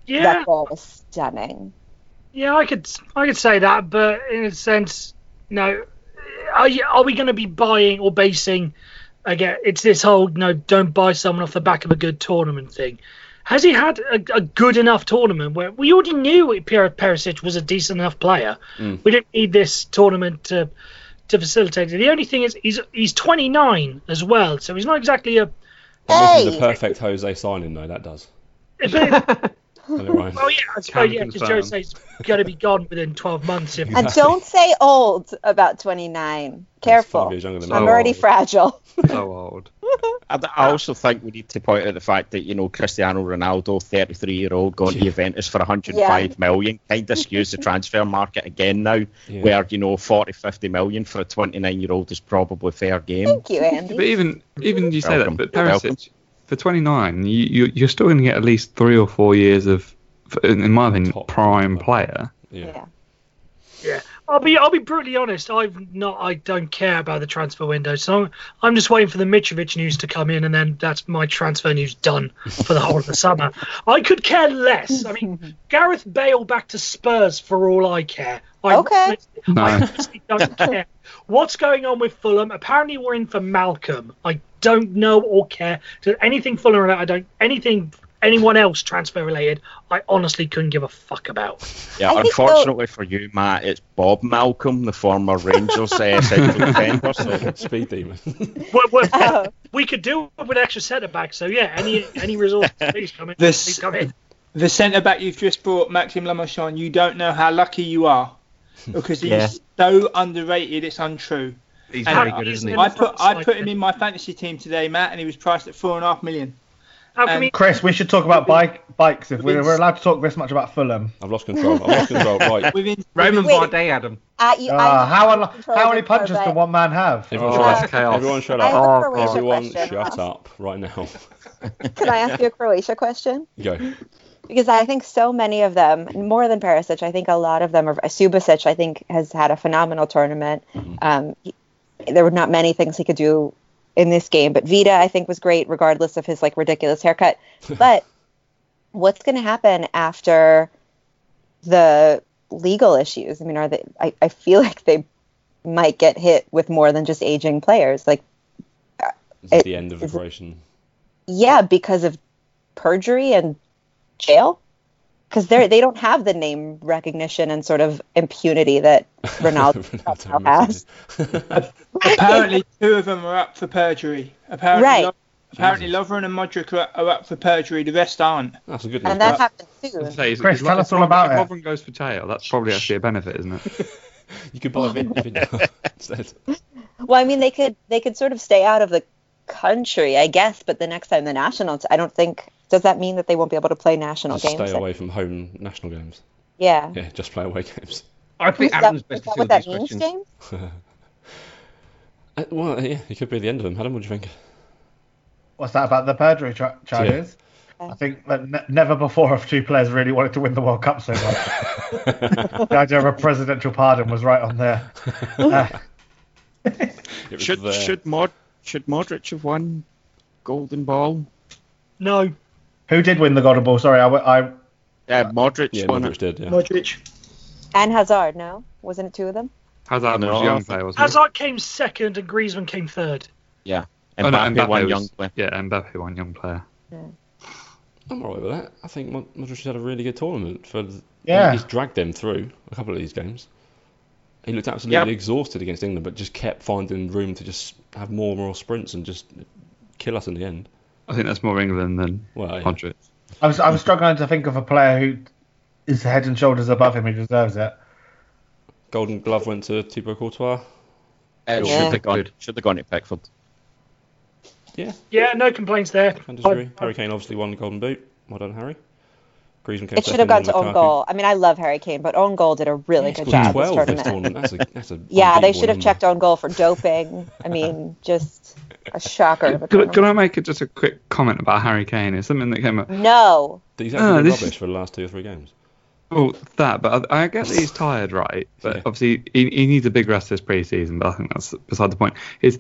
Speaker 5: Yeah,
Speaker 4: that ball was stunning.
Speaker 5: yeah, I could I could say that, but in a sense, no. Are you, are we going to be buying or basing? Again, it's this whole no, don't buy someone off the back of a good tournament thing. Has he had a, a good enough tournament where we already knew Per- Perisic was a decent enough player?
Speaker 1: Mm.
Speaker 5: We didn't need this tournament to to facilitate it. The only thing is he's he's 29 as well, so he's not exactly a.
Speaker 1: That
Speaker 4: Hey!
Speaker 1: This is the perfect Jose signing, though, that does. Isn't it,
Speaker 4: [LAUGHS]
Speaker 1: Ryan?
Speaker 5: Well, [LAUGHS] yeah, I suppose yeah, because
Speaker 2: confirm.
Speaker 5: Jose's going to be gone within 12 months if
Speaker 4: And don't say old about 29. Careful.
Speaker 1: five years younger than
Speaker 4: I'm
Speaker 1: me.
Speaker 4: already fragile.
Speaker 2: so old.
Speaker 8: I, I also think we need to point out the fact that you know Cristiano Ronaldo, 33 year old, going to Juventus for 105 million, kind of skews the transfer market again now,
Speaker 1: Yeah.
Speaker 8: where you know 40, 50 million for a 29 year old is probably fair game.
Speaker 4: Thank you,
Speaker 2: But
Speaker 4: Andy.
Speaker 2: even even you say
Speaker 8: Welcome.
Speaker 2: that, but
Speaker 8: You're
Speaker 2: Perisic
Speaker 8: welcome.
Speaker 2: for 29, you, you you're still going to get at least three or four years of, f- in in my opinion,
Speaker 1: Top.
Speaker 2: prime player.
Speaker 1: Yeah.
Speaker 4: Yeah.
Speaker 5: Yeah, I'll be I'll be brutally honest. I've not I don't care about the transfer window, so I'm, I'm just waiting for the Mitrovic news to come in, and then that's my transfer news done for the whole of the summer. I could care less. I mean, Gareth Bale back to Spurs for all I care. I
Speaker 4: Okay.
Speaker 2: No.
Speaker 5: I honestly don't care. What's going on with Fulham? Apparently, we're in for Malcolm. I don't know or care. So anything Fulham about? I don't anything anyone else transfer related, I honestly couldn't give a fuck about.
Speaker 8: Yeah,
Speaker 4: I think so.
Speaker 8: unfortunately for you, Matt, it's Bob Malcolm, the former Rangers uh, central defender. So
Speaker 1: [LAUGHS] Speed
Speaker 8: [LAUGHS]
Speaker 1: demon.
Speaker 5: We're, we're-
Speaker 4: Oh.
Speaker 5: we could do with an extra centre back, so yeah, any any resources, please come in.
Speaker 9: [LAUGHS] This-
Speaker 5: Please come in.
Speaker 9: The centre back you've just brought, Maxim Lamarchand, you don't know how lucky you are because he's
Speaker 6: Yeah.
Speaker 9: so underrated. It's untrue.
Speaker 6: He's
Speaker 9: And
Speaker 6: very
Speaker 9: I-
Speaker 6: good, isn't he?
Speaker 9: I put I put him in my fantasy team today, Matt, and he was priced at four and a half million.
Speaker 5: How can we?
Speaker 3: Chris, we should talk about bike bikes if we're, we're allowed to talk this much about Fulham.
Speaker 1: I've lost control. I've lost
Speaker 3: [LAUGHS]
Speaker 1: control. Right.
Speaker 9: Within
Speaker 6: Roman
Speaker 4: Wait.
Speaker 6: Bardet had him.
Speaker 4: Uh, you,
Speaker 3: Uh,
Speaker 4: I
Speaker 3: how
Speaker 4: look
Speaker 3: unlo-
Speaker 4: for
Speaker 3: how many
Speaker 4: Croatia,
Speaker 3: punches
Speaker 4: but
Speaker 3: can one man have?
Speaker 4: Oh,
Speaker 1: Everyone, shut
Speaker 4: that's
Speaker 1: up.
Speaker 2: chaos.
Speaker 1: Everyone shut
Speaker 4: I
Speaker 1: up.
Speaker 4: have a
Speaker 2: Oh,
Speaker 4: Croatia
Speaker 1: Everyone
Speaker 4: question.
Speaker 1: shut up right now.
Speaker 4: Can I ask you a Croatia question?
Speaker 1: Go.
Speaker 4: Because I think so many of them, more than Perisic, I think a lot of them are. Subasic, I think, has had a phenomenal tournament. Um, he- there were not many things he could do in this game, but Vita, I think, was great regardless of his like ridiculous haircut. But what's going to happen after the legal issues? I mean, are they? I, I feel [LAUGHS] like they might get hit with more than just aging players. Like,
Speaker 1: This is
Speaker 4: It-
Speaker 1: the end of the
Speaker 4: is it-
Speaker 1: operation.
Speaker 4: yeah, because of perjury and jail, because they they don't have the name recognition and sort of impunity
Speaker 1: [LAUGHS]
Speaker 4: that Ronaldo
Speaker 1: Ronaldo
Speaker 4: has.
Speaker 1: Messi.
Speaker 9: [LAUGHS] apparently two of them are up for perjury. Apparently,
Speaker 4: Right.
Speaker 9: Lo- apparently Lovren and Modric are, are up for perjury. The rest aren't.
Speaker 1: That's a good news.
Speaker 4: and that happened soon.
Speaker 2: Say, is-
Speaker 3: Chris,
Speaker 2: is
Speaker 3: tell
Speaker 2: Lo-
Speaker 3: us
Speaker 2: if
Speaker 3: all
Speaker 2: Lo-
Speaker 3: about
Speaker 2: if
Speaker 3: it.
Speaker 2: Lovren goes for jail. That's probably actually a benefit, isn't it?
Speaker 1: [LAUGHS] You could buy a vid- video
Speaker 2: [LAUGHS]
Speaker 1: instead.
Speaker 4: Well, I mean, they could they could sort of stay out of the country, I guess, but the next time the national, t- I don't think. Does that mean that they won't be able to play national
Speaker 1: Just
Speaker 4: games?
Speaker 1: stay away from home national games.
Speaker 4: Yeah.
Speaker 1: Yeah, just play away games.
Speaker 6: I think
Speaker 4: Is that,
Speaker 6: Adam's
Speaker 4: is
Speaker 6: best to
Speaker 4: that
Speaker 6: field
Speaker 4: what
Speaker 6: these
Speaker 4: that means,
Speaker 6: questions.
Speaker 4: James?
Speaker 1: [LAUGHS] Uh, Well, yeah, it could be the end of them. Adam, what do you think?
Speaker 3: What's that about the perjury tra- charges? I think that ne- never before have two players really wanted to win the World Cup so much.
Speaker 1: [LAUGHS]
Speaker 3: the idea of a presidential pardon was right on there. Uh,
Speaker 1: It was
Speaker 8: should
Speaker 1: there.
Speaker 8: should Mod should Modric have won Golden Ball?
Speaker 5: No,
Speaker 3: who did win the Golden Ball? Sorry, I, w- I-
Speaker 8: Yeah, Modric
Speaker 1: yeah,
Speaker 8: won
Speaker 1: Modric
Speaker 8: it.
Speaker 1: did. Yeah.
Speaker 5: Modric.
Speaker 4: And Hazard, no, wasn't it two of them?
Speaker 2: Hazard
Speaker 8: No,
Speaker 2: was a
Speaker 8: I
Speaker 2: young
Speaker 8: think-
Speaker 2: player,
Speaker 1: Ah.
Speaker 2: wasn't he?
Speaker 5: Hazard came second, and Griezmann came third.
Speaker 8: And
Speaker 2: Oh, no,
Speaker 8: Mbappe won
Speaker 2: was-
Speaker 8: young player.
Speaker 2: Yeah, Mbappe won young player.
Speaker 1: I'm alright with that. I think Mod- Modric's had a really good tournament. For th-
Speaker 3: Yeah.
Speaker 1: he's dragged them through a couple of these games. He looked absolutely exhausted against England, but just kept finding room to just have more and more sprints and just kill us in the end.
Speaker 2: I think that's more England than
Speaker 1: Well, yeah.
Speaker 2: Modric.
Speaker 3: I was I was struggling to think of a player who is head and shoulders above him who deserves it.
Speaker 1: Golden Glove went to Thibaut Courtois.
Speaker 8: It
Speaker 4: Yeah.
Speaker 8: Should have gone. Should have gone to Pickford.
Speaker 5: Yeah, no complaints there.
Speaker 1: Can't disagree. Harry Kane obviously won the Golden Boot. Well done, Harry. Griezmann came
Speaker 4: It should have
Speaker 1: second,
Speaker 4: gone to
Speaker 1: then
Speaker 4: own
Speaker 1: Lukaku.
Speaker 4: goal. I mean, I love Harry Kane, but own goal did a really good
Speaker 1: Scored
Speaker 4: job this
Speaker 1: 12
Speaker 4: tournament.
Speaker 1: tournament. That's a, that's a
Speaker 4: Yeah, they
Speaker 1: unbeatable
Speaker 4: should have
Speaker 1: number.
Speaker 4: checked on goal for doping. I mean, just a shocker. of a
Speaker 2: Can, can
Speaker 4: tournament.
Speaker 2: I make a- just a quick comment about Harry Kane? It's something that came up.
Speaker 4: No.
Speaker 1: He's
Speaker 2: Ah,
Speaker 1: actually been
Speaker 2: this
Speaker 1: rubbish
Speaker 2: is-
Speaker 1: for the last two or three games.
Speaker 2: Well, that, but I, I get that
Speaker 1: [LAUGHS]
Speaker 2: he's tired, right? But
Speaker 1: Yeah.
Speaker 2: obviously, he, he needs a big rest this preseason. But I think that's beside the point. Is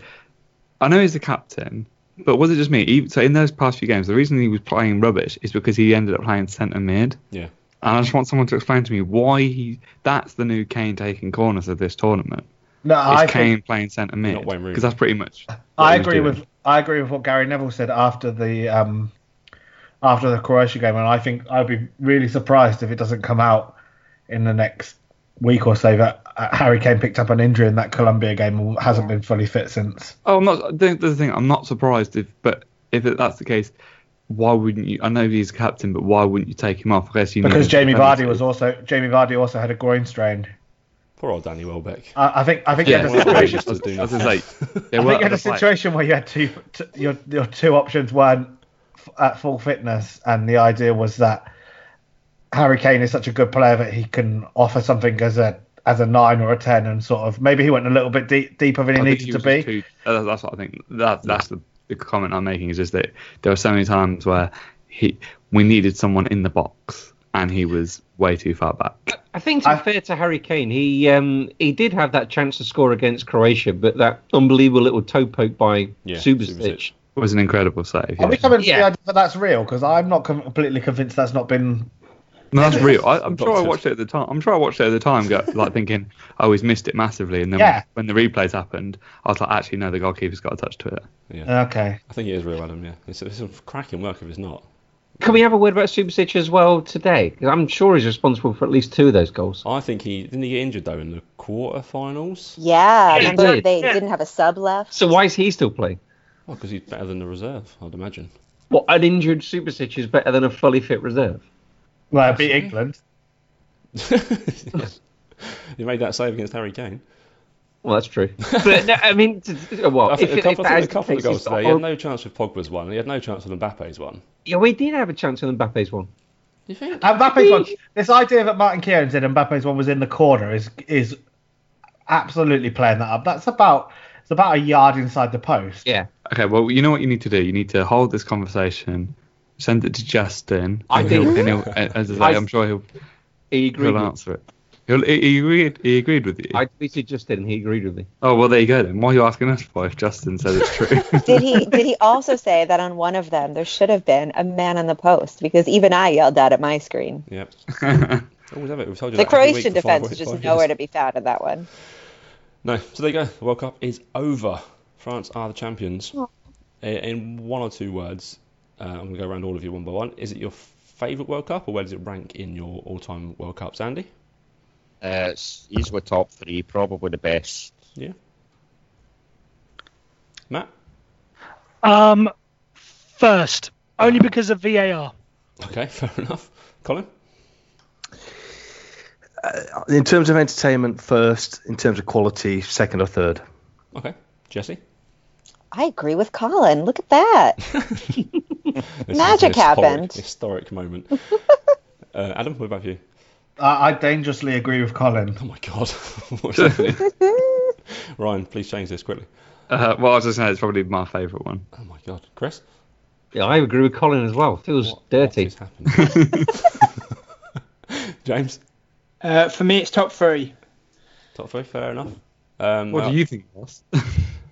Speaker 2: I know he's the captain, but was it just me? He, so in those past few games, the reason he was playing rubbish is because he ended up playing centre mid.
Speaker 1: Yeah.
Speaker 2: And I just want someone to explain to me why he. That's the new Kane taking corners of this tournament.
Speaker 3: No,
Speaker 2: Is
Speaker 3: I
Speaker 2: Kane
Speaker 3: think,
Speaker 2: playing centre mid?
Speaker 1: Not Wayne Rooney.
Speaker 2: Because that's pretty much. what
Speaker 3: I
Speaker 2: he was
Speaker 3: agree
Speaker 2: doing.
Speaker 3: with I agree with what Gary Neville said after the um after the Croatia game, and I think I'd be really surprised if it doesn't come out in the next week or so that uh, Harry Kane picked up an injury in that Colombia game and hasn't been fully fit since.
Speaker 2: Oh, I'm not. The, the thing, I'm not surprised if, but if it, that's the case, why wouldn't you? I know he's captain, but why wouldn't you take him off? Unless you need
Speaker 3: Because
Speaker 2: him
Speaker 3: Jamie
Speaker 2: for penalty.
Speaker 3: Vardy was also Jamie Vardy also had a groin strain.
Speaker 1: Poor old Danny Welbeck.
Speaker 3: I, I think I think
Speaker 2: Yeah,
Speaker 3: you
Speaker 1: Well,
Speaker 3: had a
Speaker 1: I
Speaker 3: situation.
Speaker 1: just to do
Speaker 2: I was [LAUGHS]
Speaker 1: nothing.
Speaker 2: gonna say,
Speaker 3: [LAUGHS]
Speaker 2: there
Speaker 3: I
Speaker 2: were
Speaker 3: think you had
Speaker 2: other
Speaker 3: a
Speaker 2: players.
Speaker 3: situation where you had two, t your your two options weren't f- at full fitness, and the idea was that Harry Kane is such a good player that he can offer something as a as a nine or a ten, and sort of maybe he went a little bit deep, deeper than he
Speaker 2: I think
Speaker 3: needed
Speaker 2: he
Speaker 3: to
Speaker 2: was just
Speaker 3: be.
Speaker 2: too- uh, that's what I think. That, that's the, the comment I'm making is just that there were so many times where he we needed someone in the box and he was way too far back.
Speaker 6: I think to be
Speaker 3: I-
Speaker 6: fair to Harry Kane, he um, he did have that chance to score against Croatia, but that unbelievable little toe poke by
Speaker 1: Yeah,
Speaker 6: Subasic.
Speaker 1: Subasic.
Speaker 2: It was an incredible save.
Speaker 3: Are
Speaker 2: yeah.
Speaker 3: we coming to
Speaker 6: Yeah.
Speaker 3: the idea that that's real? Because I'm not com- completely convinced that's not been.
Speaker 2: No, that's real. [LAUGHS] I, I'm sure I
Speaker 1: Doctors.
Speaker 2: watched it at the time. I'm sure I watched it at the time, go, like thinking, [LAUGHS] "Oh, he's missed it massively." And then
Speaker 3: Yeah.
Speaker 2: when the replays happened, I was like, "Actually, no, the goalkeeper's got a touch to it."
Speaker 3: Okay.
Speaker 1: I think it is real, Adam. Yeah, it's, it's some cracking work if it's not.
Speaker 6: Can we have a word about Subasic as well today? 'Cause I'm sure he's responsible for at least two of those goals.
Speaker 1: I think he didn't he get injured though in the quarterfinals.
Speaker 4: Yeah,
Speaker 6: Yeah,
Speaker 4: Ah, remember
Speaker 6: yeah.
Speaker 4: they didn't have a sub left.
Speaker 6: So why is he still playing?
Speaker 1: Well, because he's better than the reserve, I'd imagine.
Speaker 6: What an injured Subasic is better than a fully fit reserve.
Speaker 3: Well, beat
Speaker 1: [LAUGHS]
Speaker 3: England.
Speaker 1: he made that save against Harry Kane.
Speaker 6: Well, that's true. But no, I mean, t- t- uh, well,
Speaker 1: I think
Speaker 6: if,
Speaker 1: a
Speaker 6: it-
Speaker 1: couple,
Speaker 6: if
Speaker 1: I
Speaker 6: that is
Speaker 1: think a couple of
Speaker 6: the case,
Speaker 1: goals
Speaker 6: it's
Speaker 1: today. He had
Speaker 6: horrible.
Speaker 1: no chance with Pogba's one. and He had no chance with Mbappe's one.
Speaker 6: Yeah, we did have a chance on Mbappe's one.
Speaker 1: You think?
Speaker 3: And Uh, Mbappe's one. This idea that Martin Kieran said Mbappe's one was in the corner is is absolutely playing that up. That's about it's about a yard inside the post.
Speaker 6: Yeah.
Speaker 2: Okay, well, you know what you need to do. You need to hold this conversation, send it to Justin,
Speaker 6: I
Speaker 2: and he'll,
Speaker 6: think- [LAUGHS]
Speaker 2: and he'll, and as I say,
Speaker 6: I-
Speaker 2: I'm sure he'll,
Speaker 6: He agreed.
Speaker 2: he'll
Speaker 6: with-
Speaker 2: answer it. He'll, he, he agreed, he agreed with you.
Speaker 6: I tweeted just in, he agreed with me.
Speaker 2: oh, well, there you go then. Why are you asking us for if Justin says it's true? [LAUGHS]
Speaker 4: Did he did he also say that on one of them there should have been a man on the post because even I yelled that at my screen.
Speaker 1: Yep. Always Oh, have it. We've told
Speaker 4: The
Speaker 1: you that every week
Speaker 4: Croatian
Speaker 1: for five
Speaker 4: defense is
Speaker 1: weeks,
Speaker 4: just
Speaker 1: five
Speaker 4: nowhere
Speaker 1: years.
Speaker 4: to be found in that one.
Speaker 1: No. So there you go. The World Cup is over. France are the champions.
Speaker 4: Oh.
Speaker 1: I- In one or two words, uh, I'm going to go around all of you one by one. Is it your favourite World Cup, or where does it rank in your all-time World Cups, Andy?
Speaker 8: Uh, it's easily top three, probably the best.
Speaker 1: Matt.
Speaker 5: Um, first, only because of VAR.
Speaker 1: Okay, [LAUGHS] fair enough. Colin.
Speaker 7: In terms of entertainment, first. In terms of quality, second or third.
Speaker 1: Okay. Jesse.
Speaker 4: I agree with Colin. Look at that.
Speaker 1: This is an
Speaker 4: Magic
Speaker 1: historic-
Speaker 4: happened.
Speaker 1: Historic moment.
Speaker 4: [LAUGHS]
Speaker 1: uh, Adam, what about you?
Speaker 3: I, I dangerously agree with Colin.
Speaker 1: Oh my god. [LAUGHS] What's happening? [LAUGHS] Ryan, please change this quickly.
Speaker 2: uh, well, I was just saying, it's probably my favourite one.
Speaker 1: Oh my god. Chris?
Speaker 6: Yeah, I agree with Colin as well. Feels dirty.
Speaker 1: What has happened?
Speaker 6: [LAUGHS]
Speaker 1: James,
Speaker 9: Uh, for me, it's top three.
Speaker 1: top three, fair enough. Um,
Speaker 2: What
Speaker 1: now-
Speaker 2: do you think, Ross? [LAUGHS]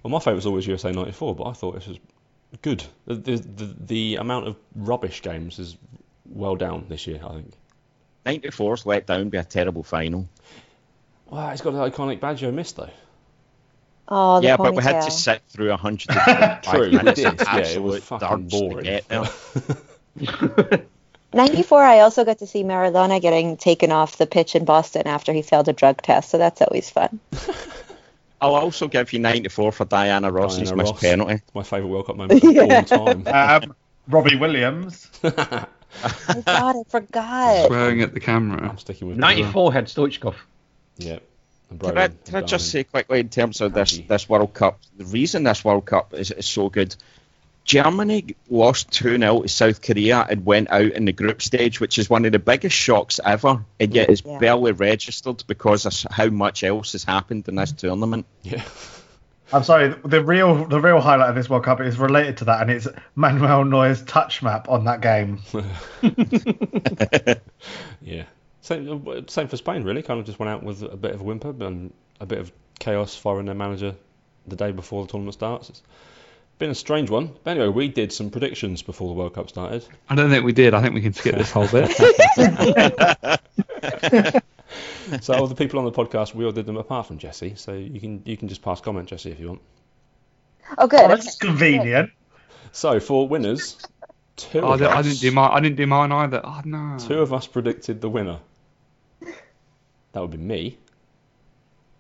Speaker 1: Well, my favourite's always USA 94, but I thought this was good. The, the, the, the amount of rubbish games is well down this year, I think.
Speaker 8: 94's let down by a terrible final.
Speaker 1: Wow, it's got that iconic Baggio miss, though.
Speaker 4: Oh, the
Speaker 8: yeah,
Speaker 4: ponytail.
Speaker 8: but we had to sit
Speaker 1: [LAUGHS]
Speaker 8: through 100
Speaker 1: True, we
Speaker 8: minutes
Speaker 1: did.
Speaker 8: of
Speaker 1: Yeah, it was
Speaker 8: absolute
Speaker 1: fucking
Speaker 8: dodge to
Speaker 1: boring.
Speaker 8: get there.
Speaker 4: 94, I also got to see Maradona getting taken off the pitch in Boston after he failed a drug test, so that's always fun.
Speaker 8: I'll also give you 94 for Diana Ross's
Speaker 1: Diana
Speaker 8: missed
Speaker 1: Ross.
Speaker 8: penalty.
Speaker 1: It's my favourite World
Speaker 4: [LAUGHS]
Speaker 1: Cup moment of
Speaker 4: Yeah.
Speaker 1: all time.
Speaker 3: Um, Robbie
Speaker 1: [LAUGHS]
Speaker 3: Williams.
Speaker 4: Oh, God, I forgot.
Speaker 2: Swearing at the camera.
Speaker 1: I'm sticking with
Speaker 6: 94 had Stoichkov.
Speaker 1: Yeah. And
Speaker 8: Can I,
Speaker 1: Broden,
Speaker 8: can I
Speaker 1: and
Speaker 8: just
Speaker 1: Darwin.
Speaker 8: say quickly in terms of this,
Speaker 1: Happy.
Speaker 8: this World Cup, the reason this World Cup is, is so good, Germany lost 2 0 to South Korea and went out in the group stage, which is one of the biggest shocks ever, and yet it's
Speaker 4: Yeah.
Speaker 8: barely registered because of how much else has happened in this tournament.
Speaker 1: Yeah.
Speaker 3: I'm sorry. The real the real highlight of this World Cup is related to that, and it's Manuel Neuer's touch map on that
Speaker 1: [LAUGHS]
Speaker 3: game.
Speaker 1: Yeah. Same, uh, same for Spain, really. Kind of just went out with a bit of a whimper and a bit of chaos firing their manager the day before the tournament starts. It's been a strange one. But anyway, we did some predictions before the World Cup started.
Speaker 2: I don't think we did. I think we can skip this
Speaker 3: [LAUGHS]
Speaker 2: whole bit.
Speaker 1: [LAUGHS] So all the people on the podcast, we all did them apart from Jesse. So you can you can just pass comment, Jesse, if you want.
Speaker 4: Oh, good.
Speaker 3: Oh, that's
Speaker 4: okay.
Speaker 3: convenient.
Speaker 1: So for winners, two
Speaker 2: Oh, I,
Speaker 1: of
Speaker 2: didn't, I
Speaker 1: us-
Speaker 2: didn't do mine. I didn't do mine either. Oh no.
Speaker 1: Two of us predicted the winner. That would be me.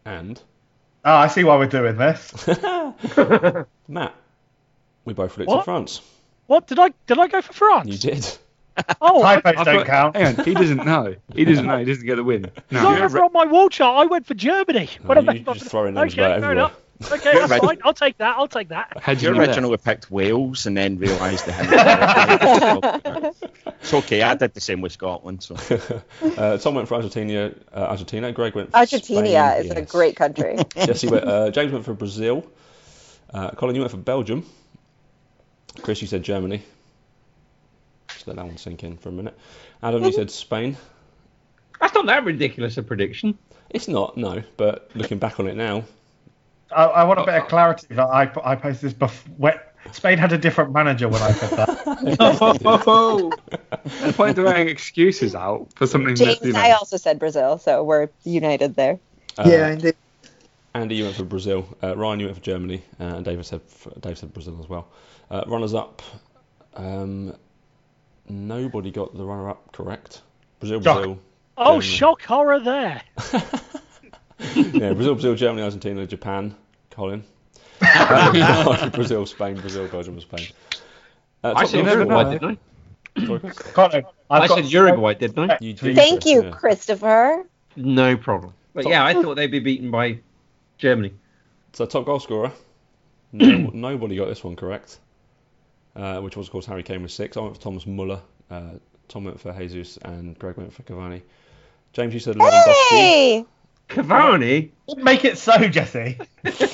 Speaker 1: And
Speaker 3: Oh, I see why we're doing this.
Speaker 1: [LAUGHS] Matt. We both predicted
Speaker 5: What?
Speaker 1: France.
Speaker 5: What did I did I go for France?
Speaker 1: [LAUGHS] You did.
Speaker 5: Oh, I,
Speaker 3: Typos
Speaker 2: I've
Speaker 3: don't
Speaker 2: got-
Speaker 3: count.
Speaker 2: Hang on, he
Speaker 5: [LAUGHS]
Speaker 2: doesn't know. He doesn't know. He doesn't get the win.
Speaker 5: did I
Speaker 2: No.
Speaker 5: remember on my wall chart I went for Germany.
Speaker 1: No,
Speaker 5: What am
Speaker 1: you-
Speaker 5: I-
Speaker 1: you're just throwing names
Speaker 5: okay,
Speaker 1: about
Speaker 5: fair
Speaker 1: everywhere.
Speaker 5: enough. Okay, that's
Speaker 8: Right.
Speaker 5: fine. I'll take that. I'll take that.
Speaker 2: Had
Speaker 8: You
Speaker 2: you not
Speaker 8: originally picked Wales and then realised they hadn't. [LAUGHS] it's okay, I did the same with Scotland. So.
Speaker 1: [LAUGHS] Uh, Tom went for Argentina. Uh, Argentina. Greg went for
Speaker 4: Argentina
Speaker 1: Spain,
Speaker 4: is a
Speaker 1: yes.
Speaker 4: great
Speaker 2: [LAUGHS]
Speaker 4: country.
Speaker 1: Jesse went,
Speaker 4: [LAUGHS]
Speaker 1: uh, James went for Brazil. Uh, Colin, you went for Belgium. Chris, you said Germany. Just let that one sink in for a minute. Adam, you said Spain.
Speaker 6: That's not that ridiculous a prediction.
Speaker 1: It's not, no, but looking back on it now,
Speaker 3: I, I want a bit of clarity that I I posted this before. Spain had a different manager when I said that.
Speaker 9: Oh,
Speaker 2: The point of throwing excuses out for something
Speaker 4: James,
Speaker 2: that you know.
Speaker 4: I also said Brazil, so we're united there.
Speaker 1: uh,
Speaker 9: yeah, indeed.
Speaker 1: Andy, you went for Brazil. Uh, Ryan, you went for Germany, uh, and David said Dave said Brazil as well. Uh, runners up, um, Nobody got the runner up correct. Brazil,
Speaker 3: Shock.
Speaker 1: Brazil.
Speaker 5: Oh,
Speaker 1: Um,
Speaker 5: shock horror there.
Speaker 1: [LAUGHS] Yeah, Brazil, Brazil, Germany, Argentina, Japan. Colin. [LAUGHS] Uh, Brazil, Spain, Brazil, Belgium, and Spain. Uh,
Speaker 6: I
Speaker 1: top
Speaker 6: said
Speaker 1: goals for-
Speaker 6: Uruguay, didn't I?
Speaker 1: sorry, Chris?
Speaker 3: Colin, I've
Speaker 6: I
Speaker 3: got-
Speaker 6: said Uruguay, didn't I?
Speaker 1: You did,
Speaker 4: Thank
Speaker 1: Chris,
Speaker 4: you,
Speaker 1: yeah.
Speaker 4: Christopher.
Speaker 6: No problem. But yeah, I thought they'd be beaten by Germany.
Speaker 1: So top goal scorer,
Speaker 6: [CLEARS THROAT]
Speaker 1: no, nobody got this one correct, uh, which was of course Harry Kane with six. I went for Thomas Muller, uh, Tom went for Jesus, and Greg went for Cavani. James, you said Lewandowski.
Speaker 4: Hey!
Speaker 6: Cavani.
Speaker 3: Make it so, Jesse.
Speaker 1: So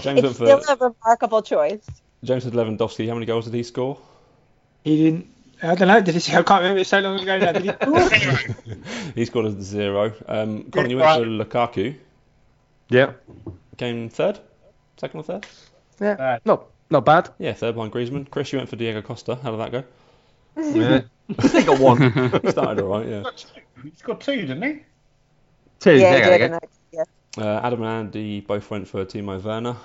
Speaker 1: James
Speaker 4: it's still
Speaker 1: went for
Speaker 4: a remarkable choice.
Speaker 1: James said Lewandowski. How many goals did he score?
Speaker 9: He didn't. I don't know. Did he? I can't remember. It's so long ago now. Did he?
Speaker 1: [LAUGHS] He scored a zero. Um, Colin, you
Speaker 3: Right.
Speaker 1: went for Lukaku.
Speaker 7: Yeah.
Speaker 1: Came third, second or third?
Speaker 7: Yeah.
Speaker 3: Uh,
Speaker 7: not not bad.
Speaker 1: Yeah, third behind Griezmann. Chris, you went for Diego Costa. How did that go?
Speaker 6: Yeah. they got one.
Speaker 1: He [LAUGHS] started all right. Yeah.
Speaker 3: He's got two, didn't he?
Speaker 6: Two.
Speaker 4: yeah,
Speaker 6: there you
Speaker 4: Diego
Speaker 6: go.
Speaker 4: Max, yeah.
Speaker 1: Uh, Adam and Andy both went for Timo
Speaker 6: [LAUGHS]
Speaker 1: Werner.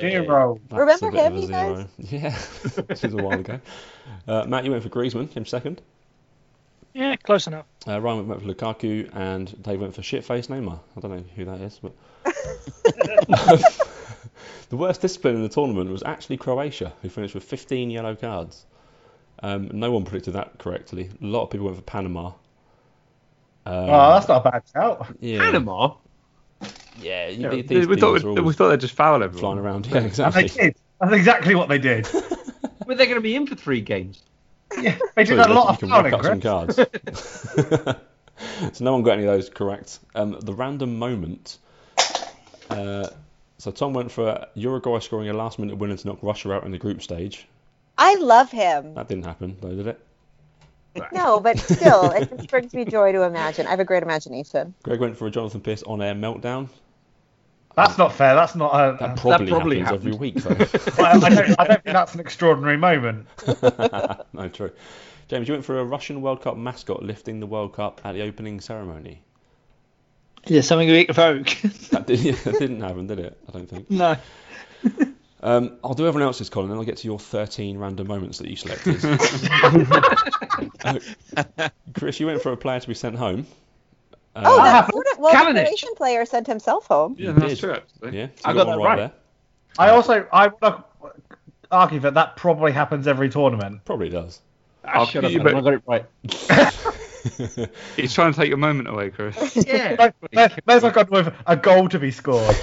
Speaker 3: Zero.
Speaker 1: That's
Speaker 4: Remember
Speaker 1: a
Speaker 4: him,
Speaker 1: bit of a
Speaker 4: you
Speaker 1: zero.
Speaker 4: guys?
Speaker 1: [LAUGHS] Yeah, this is a while ago. Uh, Matt, you went for Griezmann, him second.
Speaker 5: Yeah, close enough.
Speaker 1: Uh, Ryan went for Lukaku, and they went for shitface Neymar. I don't know who that is,
Speaker 4: [LAUGHS]
Speaker 1: but the worst discipline in the tournament was actually Croatia, who finished with 15 yellow cards. Um, no one predicted that correctly. A lot of people went for Panama. Um,
Speaker 3: oh, that's not a bad shout.
Speaker 1: yeah,
Speaker 6: Panama.
Speaker 1: Yeah, you-
Speaker 7: Yeah,
Speaker 1: these,
Speaker 7: we, we
Speaker 1: these
Speaker 7: thought
Speaker 1: are
Speaker 7: we,
Speaker 1: all
Speaker 7: we thought they'd just foul everyone.
Speaker 1: flying
Speaker 3: [LAUGHS]
Speaker 1: around. Yeah,
Speaker 3: And they
Speaker 1: exactly.
Speaker 3: did. That's exactly what they
Speaker 1: [LAUGHS]
Speaker 3: did.
Speaker 6: Were they going to be in for three games?
Speaker 3: Yeah, they did
Speaker 1: True,
Speaker 3: a
Speaker 1: they-
Speaker 3: lot
Speaker 1: you
Speaker 3: of
Speaker 1: can rack
Speaker 3: fouling,
Speaker 1: up some
Speaker 3: Chris. [LAUGHS]
Speaker 1: cards. [LAUGHS] so no one got any of those correct. Um, the random moment. Uh, so Tom went for Uruguay scoring a last-minute winner to knock Russia out in the group stage.
Speaker 4: I love him.
Speaker 1: That didn't happen, though, did it?
Speaker 4: No, but still,
Speaker 2: [LAUGHS]
Speaker 4: it just brings me joy to imagine. I have a great imagination.
Speaker 1: Greg went for a Jonathan Pierce on-air meltdown.
Speaker 3: That's not fair. That's not a.
Speaker 1: That probably,
Speaker 6: probably
Speaker 1: happens every [LAUGHS]
Speaker 3: [LAUGHS]
Speaker 1: week, though.
Speaker 3: I, I, don't, I don't think that's an extraordinary moment.
Speaker 1: no, true. James, you went for a Russian World Cup mascot lifting the World Cup at the opening ceremony.
Speaker 9: yeah, something we evoke.
Speaker 1: [LAUGHS] That, did, that didn't happen, did it? I don't
Speaker 9: [LAUGHS]
Speaker 1: think.
Speaker 9: no.
Speaker 1: Um, I'll do everyone else's, Colin, and I'll get to your 13 random moments that you selected. Uh, Chris, you went for a player to be sent home. Uh,
Speaker 4: oh,
Speaker 3: that
Speaker 4: that
Speaker 3: happened.
Speaker 4: Croat- well,
Speaker 6: Kalinic.
Speaker 4: the Croatian player sent himself home.
Speaker 1: you
Speaker 2: Yeah, that's
Speaker 1: did.
Speaker 2: true. Actually.
Speaker 1: Yeah,
Speaker 6: I
Speaker 1: [LAUGHS] I
Speaker 6: got
Speaker 1: got, one
Speaker 6: that
Speaker 1: right,
Speaker 6: right.
Speaker 1: there.
Speaker 3: I also I want to argue that that probably happens every tournament.
Speaker 1: Probably does.
Speaker 6: I
Speaker 2: I'll
Speaker 6: shut up.
Speaker 2: keep
Speaker 6: Adam,
Speaker 2: it.
Speaker 6: I got it right.
Speaker 2: [LAUGHS]
Speaker 3: [LAUGHS]
Speaker 2: He's trying to take your moment away, Chris.
Speaker 6: Yeah.
Speaker 3: There- There's a god with a goal to be
Speaker 2: [LAUGHS]
Speaker 3: scored.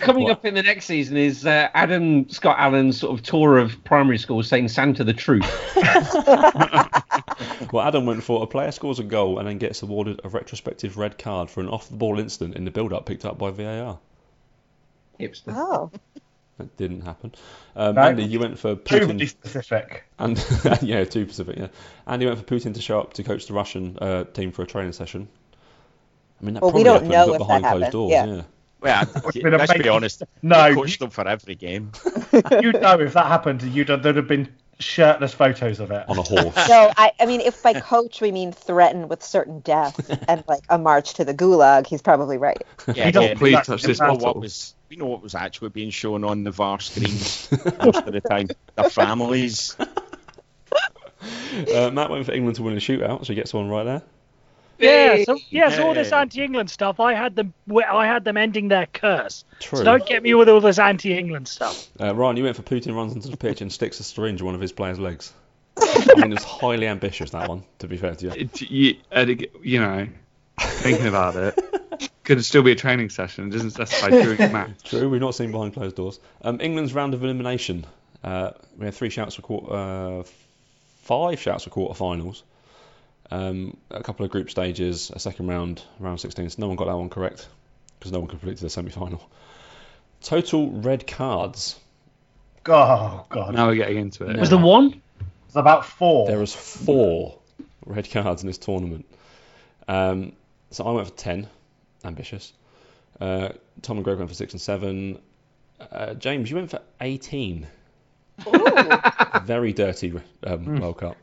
Speaker 6: Coming
Speaker 1: What?
Speaker 6: up in the next season is uh, Adam Scott Allen's sort of tour of primary school saying Santa the truth.
Speaker 1: Well, Adam went for a player scores a goal and then gets awarded a retrospective red card for an off the ball incident in the build up picked up by VAR.
Speaker 6: Hipster.
Speaker 4: Oh,
Speaker 1: That didn't happen. Um,
Speaker 3: No.
Speaker 1: Andy, you went for
Speaker 3: Overly
Speaker 1: Putin.
Speaker 3: specific.
Speaker 1: And, [LAUGHS] yeah, too specific, yeah. Andy went for Putin to show up to coach the Russian uh, team for a training session. I mean, that
Speaker 4: Well,
Speaker 1: probably
Speaker 4: we don't
Speaker 1: happened,
Speaker 4: know if
Speaker 1: but
Speaker 4: that
Speaker 1: behind closed
Speaker 4: happened,
Speaker 1: doors,
Speaker 4: yeah.
Speaker 1: yeah.
Speaker 8: Well,
Speaker 3: been a
Speaker 8: let's be
Speaker 3: big-
Speaker 8: honest.
Speaker 3: No,
Speaker 8: he coached them for every game.
Speaker 3: you know if that happened, you'd there'd have been shirtless photos of it.
Speaker 1: on
Speaker 3: [LAUGHS]
Speaker 1: a horse.
Speaker 4: no, I, I mean, if by coach we mean threatened with certain
Speaker 2: [LAUGHS]
Speaker 4: death and like a march to the gulag, he's probably right.
Speaker 8: Yeah,
Speaker 3: don't
Speaker 8: yeah,
Speaker 3: believe
Speaker 2: Please
Speaker 3: that
Speaker 2: touch
Speaker 3: in
Speaker 2: this
Speaker 8: know
Speaker 3: battle.
Speaker 2: bottle.
Speaker 8: what was we know what was actually being shown on the
Speaker 2: [LAUGHS]
Speaker 8: VAR screens most of the time. The families.
Speaker 1: [LAUGHS] uh, Matt went for England to win a shootout, so he gets one right there.
Speaker 5: Yeah, so yeah, so all this
Speaker 8: Yay.
Speaker 5: anti-England stuff, I had them, I had them ending their curse.
Speaker 1: True.
Speaker 5: So don't get me with all this anti-England stuff.
Speaker 1: Uh, Ryan, you went for Putin runs onto the pitch and sticks a syringe in one of his
Speaker 2: [LAUGHS]
Speaker 1: players' legs. I mean, it was highly ambitious that one. To be fair to you,
Speaker 2: It, you, and it- you know, thinking about it,
Speaker 1: [LAUGHS]
Speaker 2: could it still be a training session? It doesn't specify during the match.
Speaker 1: true. We've not seen behind closed doors. Um, England's round of elimination. Uh, we had three shouts for quarter, uh, five shouts for quarterfinals. Um, a couple of group stages, a second round, round 16. So no one got that one correct because no one completed the semi-final. Total red cards.
Speaker 3: Oh god,
Speaker 2: Now we're getting into it.
Speaker 1: No.
Speaker 6: Was there one?
Speaker 3: it's about four.
Speaker 1: There was four red cards in this tournament. Um, so I went for 10, ambitious. Uh, Tom and Greg went for 6 and 7. Uh, James, you went [LAUGHS]
Speaker 6: Hmm.
Speaker 1: for 18. Very dirty um, World Cup.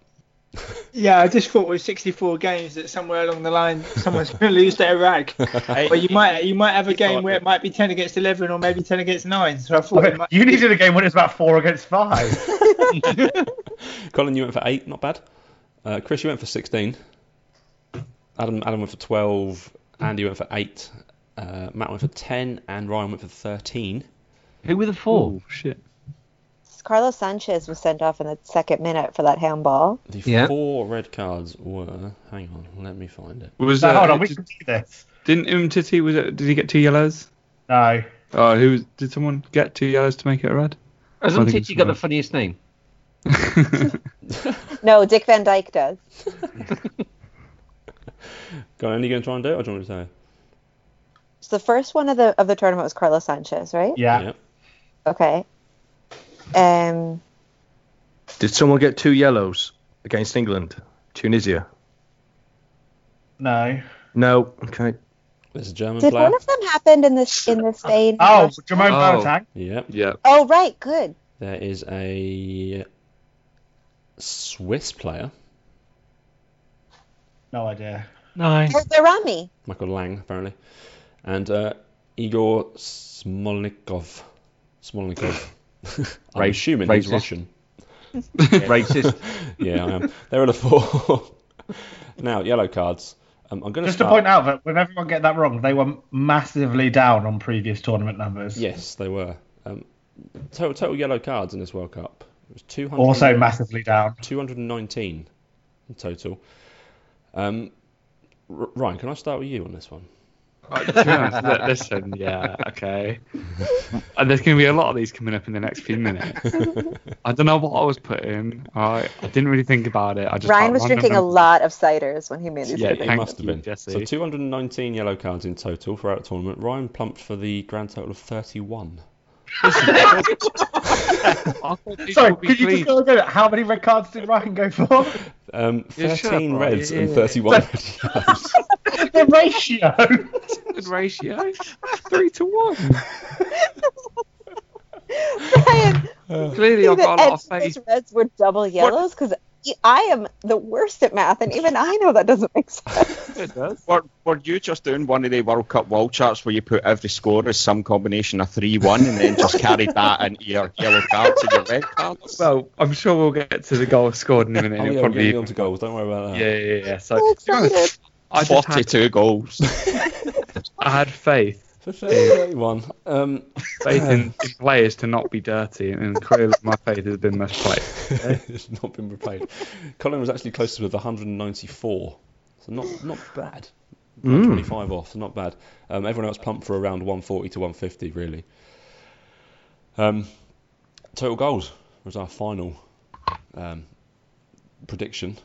Speaker 9: Yeah, I just thought with 64 games that somewhere along the line someone's going to lose their rag.
Speaker 3: [LAUGHS]
Speaker 8: I-
Speaker 9: But you might you might have a
Speaker 8: You thought
Speaker 9: game where
Speaker 8: that-
Speaker 9: it might be 10 against 11 or maybe 10 against 9. So I thought it might
Speaker 3: You needed a game when it's about four against
Speaker 1: [LAUGHS]
Speaker 3: five.
Speaker 1: Colin, you went for eight, not bad. Uh, Chris, you went for sixteen. Adam, Adam went for twelve. Andy went for eight. Uh, Matt went for ten, and Ryan went for thirteen.
Speaker 6: Who were the four?
Speaker 2: Oh shit!
Speaker 4: Carlos Sanchez was sent off in the second minute for that handball.
Speaker 1: The
Speaker 6: Yeah.
Speaker 1: four red cards were. Hang on, let me find it.
Speaker 2: Was
Speaker 3: No,
Speaker 2: uh,
Speaker 3: hold on, we
Speaker 2: did-
Speaker 3: can do this.
Speaker 2: didn't Umtiti was it? Did he get two yellows?
Speaker 3: No.
Speaker 2: Oh, who was, did someone get two yellows to make it red?
Speaker 6: As
Speaker 2: I
Speaker 6: I'm
Speaker 2: think
Speaker 6: teaching,
Speaker 2: it's
Speaker 6: you got the [LAUGHS]
Speaker 2: right.
Speaker 6: funniest name.
Speaker 4: No, Dick Van Dyke
Speaker 2: [LAUGHS]
Speaker 4: does.
Speaker 1: Go on, Andy, you going to try and do it? Or do you want me to say?
Speaker 4: So the first one of the of the tournament was Carlos Sanchez, right?
Speaker 3: Yeah.
Speaker 1: Yeah.
Speaker 4: Okay. Um,
Speaker 7: Did someone get two yellows against England? Tunisia?
Speaker 3: No.
Speaker 7: No. Okay.
Speaker 1: There's a German
Speaker 4: did
Speaker 1: player.
Speaker 4: one of them happen in this in the Spain?
Speaker 3: Oh, Jermaine
Speaker 2: Oh.
Speaker 3: Boateng.
Speaker 1: Yep.
Speaker 2: yeah.
Speaker 4: Oh, right, good.
Speaker 1: There is a Swiss player,
Speaker 3: No idea.
Speaker 5: Nice.
Speaker 4: Or Verami.
Speaker 1: Michael Lang, apparently, and uh, Igor Smolnikov.
Speaker 6: [LAUGHS]
Speaker 1: Smolnikov. I'm
Speaker 6: Ra-
Speaker 1: assuming he's
Speaker 6: racist.
Speaker 1: Russian.
Speaker 6: [LAUGHS] Racist.
Speaker 1: [LAUGHS] Yeah, I am. There are the four. [LAUGHS] now, yellow cards. Um, I'm going
Speaker 3: Just to
Speaker 1: start...
Speaker 3: point out that when everyone get that wrong, they were massively down on previous tournament numbers.
Speaker 1: Yes, they were. Um, total, total yellow cards in this World Cup. It was 200...
Speaker 3: Also massively down.
Speaker 1: 219 in total. Um, R- Ryan, can I start with you on this one?
Speaker 2: Uh, to be honest, look, [LAUGHS] listen, yeah,
Speaker 1: [LAUGHS]
Speaker 2: okay. [LAUGHS] And there's going to be a lot of these coming up in the next few minutes. I don't know what I was putting. I I didn't really think about it. I just
Speaker 4: Ryan
Speaker 2: like
Speaker 4: was
Speaker 2: random
Speaker 4: drinking a
Speaker 2: numbers.
Speaker 4: lot of ciders when he made these
Speaker 2: Yeah,
Speaker 4: predictions.
Speaker 1: It
Speaker 2: Thank
Speaker 1: must have
Speaker 2: you,
Speaker 1: been.
Speaker 2: Jesse.
Speaker 1: So 219 yellow cards in total throughout the tournament. Ryan plumped for the grand total
Speaker 2: [LAUGHS]
Speaker 1: of 31.
Speaker 2: I thought these
Speaker 3: Sorry,
Speaker 2: would be
Speaker 3: could you
Speaker 2: clean.
Speaker 3: just go again? How many red cards did Ryan go for?
Speaker 2: [LAUGHS]
Speaker 1: Um, 13
Speaker 2: Yeah, shut up, Ryan.
Speaker 1: reds
Speaker 2: Yeah,
Speaker 1: and
Speaker 2: yeah,
Speaker 1: 31 red yellows.
Speaker 3: the ratio.
Speaker 2: [LAUGHS] Good ratio? Three to one.
Speaker 4: Ryan,
Speaker 2: [LAUGHS] Clearly, I've
Speaker 4: the
Speaker 2: got a lot of
Speaker 4: edge of
Speaker 2: faith.
Speaker 4: those reds were double yellows because I am the worst at math, and even I know that doesn't make sense.
Speaker 2: It does.
Speaker 8: Were, were you just doing one of the World Cup wall charts where you put every score as some combination of 3 1 and then just carried that into your yellow cards and your red cards?
Speaker 2: Well, I'm sure we'll get to the goal scored in a minute.
Speaker 1: [LAUGHS] oh,
Speaker 2: It'll
Speaker 1: yeah, we're
Speaker 2: probably-
Speaker 1: getting on to goals. Don't worry about that.
Speaker 2: yeah, yeah, yeah. So,
Speaker 4: So
Speaker 2: to be honest,
Speaker 4: excited.
Speaker 2: I, just had, [LAUGHS]
Speaker 8: 42 goals.
Speaker 2: I had faith.
Speaker 1: [LAUGHS] For 31. Um,
Speaker 2: Faith in,
Speaker 1: [LAUGHS]
Speaker 2: in players to not be dirty, and clearly my faith has been misplaced. Eh?
Speaker 1: [LAUGHS] it's not been repaid. Colin was actually closest with 194. So not not bad.
Speaker 7: Hmm.
Speaker 2: Hmm.
Speaker 1: Like 25 off, so not bad. Um, everyone else pumped for around 140 to 150, really. Um, total goals was our final um, prediction.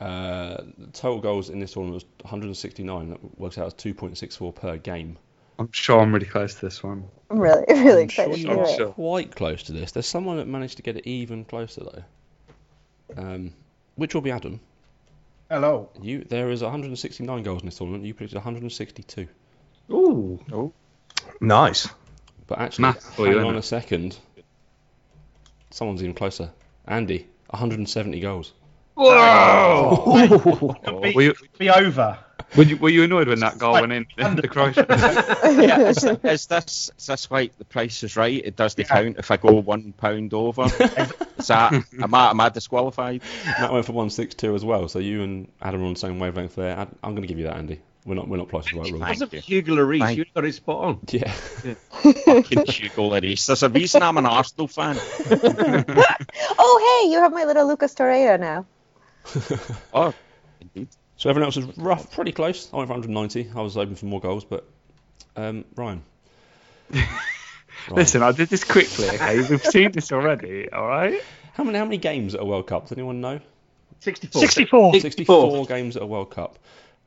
Speaker 1: Uh, total goals in this tournament was 169. That works out as 2.64 per game.
Speaker 2: I'm sure I'm really close to this one.
Speaker 4: I'm really, really
Speaker 1: I'm sure
Speaker 4: excited
Speaker 1: you
Speaker 4: to
Speaker 1: were
Speaker 4: do it.
Speaker 2: Sure.
Speaker 1: quite close to this. There's someone that managed to get it even closer though. Um, which will be Adam.
Speaker 3: Hello.
Speaker 1: You there is 169 goals in this tournament. You predicted 162.
Speaker 2: Ooh.
Speaker 7: Nice.
Speaker 1: But actually,
Speaker 2: Maths for you,
Speaker 1: hang
Speaker 2: isn't
Speaker 1: on
Speaker 2: it?
Speaker 1: a second. Someone's even closer. Andy, 170
Speaker 2: [LAUGHS]
Speaker 1: goals.
Speaker 3: [LAUGHS] Be,
Speaker 2: Were you,
Speaker 3: be
Speaker 1: [LAUGHS]
Speaker 3: over.
Speaker 2: were, you, were you annoyed when that goal went in? [LAUGHS] The Croatian?
Speaker 8: yeah, is, is this is this like the price is right? It does the count if I go one
Speaker 2: [LAUGHS]
Speaker 8: pound over. is that [LAUGHS] am I am I disqualified?
Speaker 1: Matt went for 162 as well. So you and Adam are on the same wavelength there. Ad- I'm going to give you that, Andy. We're not we're not priced right rules.
Speaker 8: Thank
Speaker 6: That's a
Speaker 8: you.
Speaker 6: Hugo Lloris.
Speaker 8: Thank-
Speaker 6: You got it spot on.
Speaker 1: Yeah.
Speaker 8: [LAUGHS] Fucking Hugo Lloris. There's a reason I'm an Arsenal fan.
Speaker 4: Oh, hey, you have my little Lucas Torreira now.
Speaker 8: Oh, indeed.
Speaker 1: So everyone else was rough, pretty close. I went for 190. I was hoping for more goals, but um, Ryan. Ryan.
Speaker 2: [LAUGHS] Listen, I did this quickly, okay?
Speaker 1: [LAUGHS]
Speaker 2: We've seen this already, all right?
Speaker 1: How many how many games at a World Cup? Does anyone know?
Speaker 2: 64.
Speaker 5: 64.
Speaker 1: 64 games at a World Cup.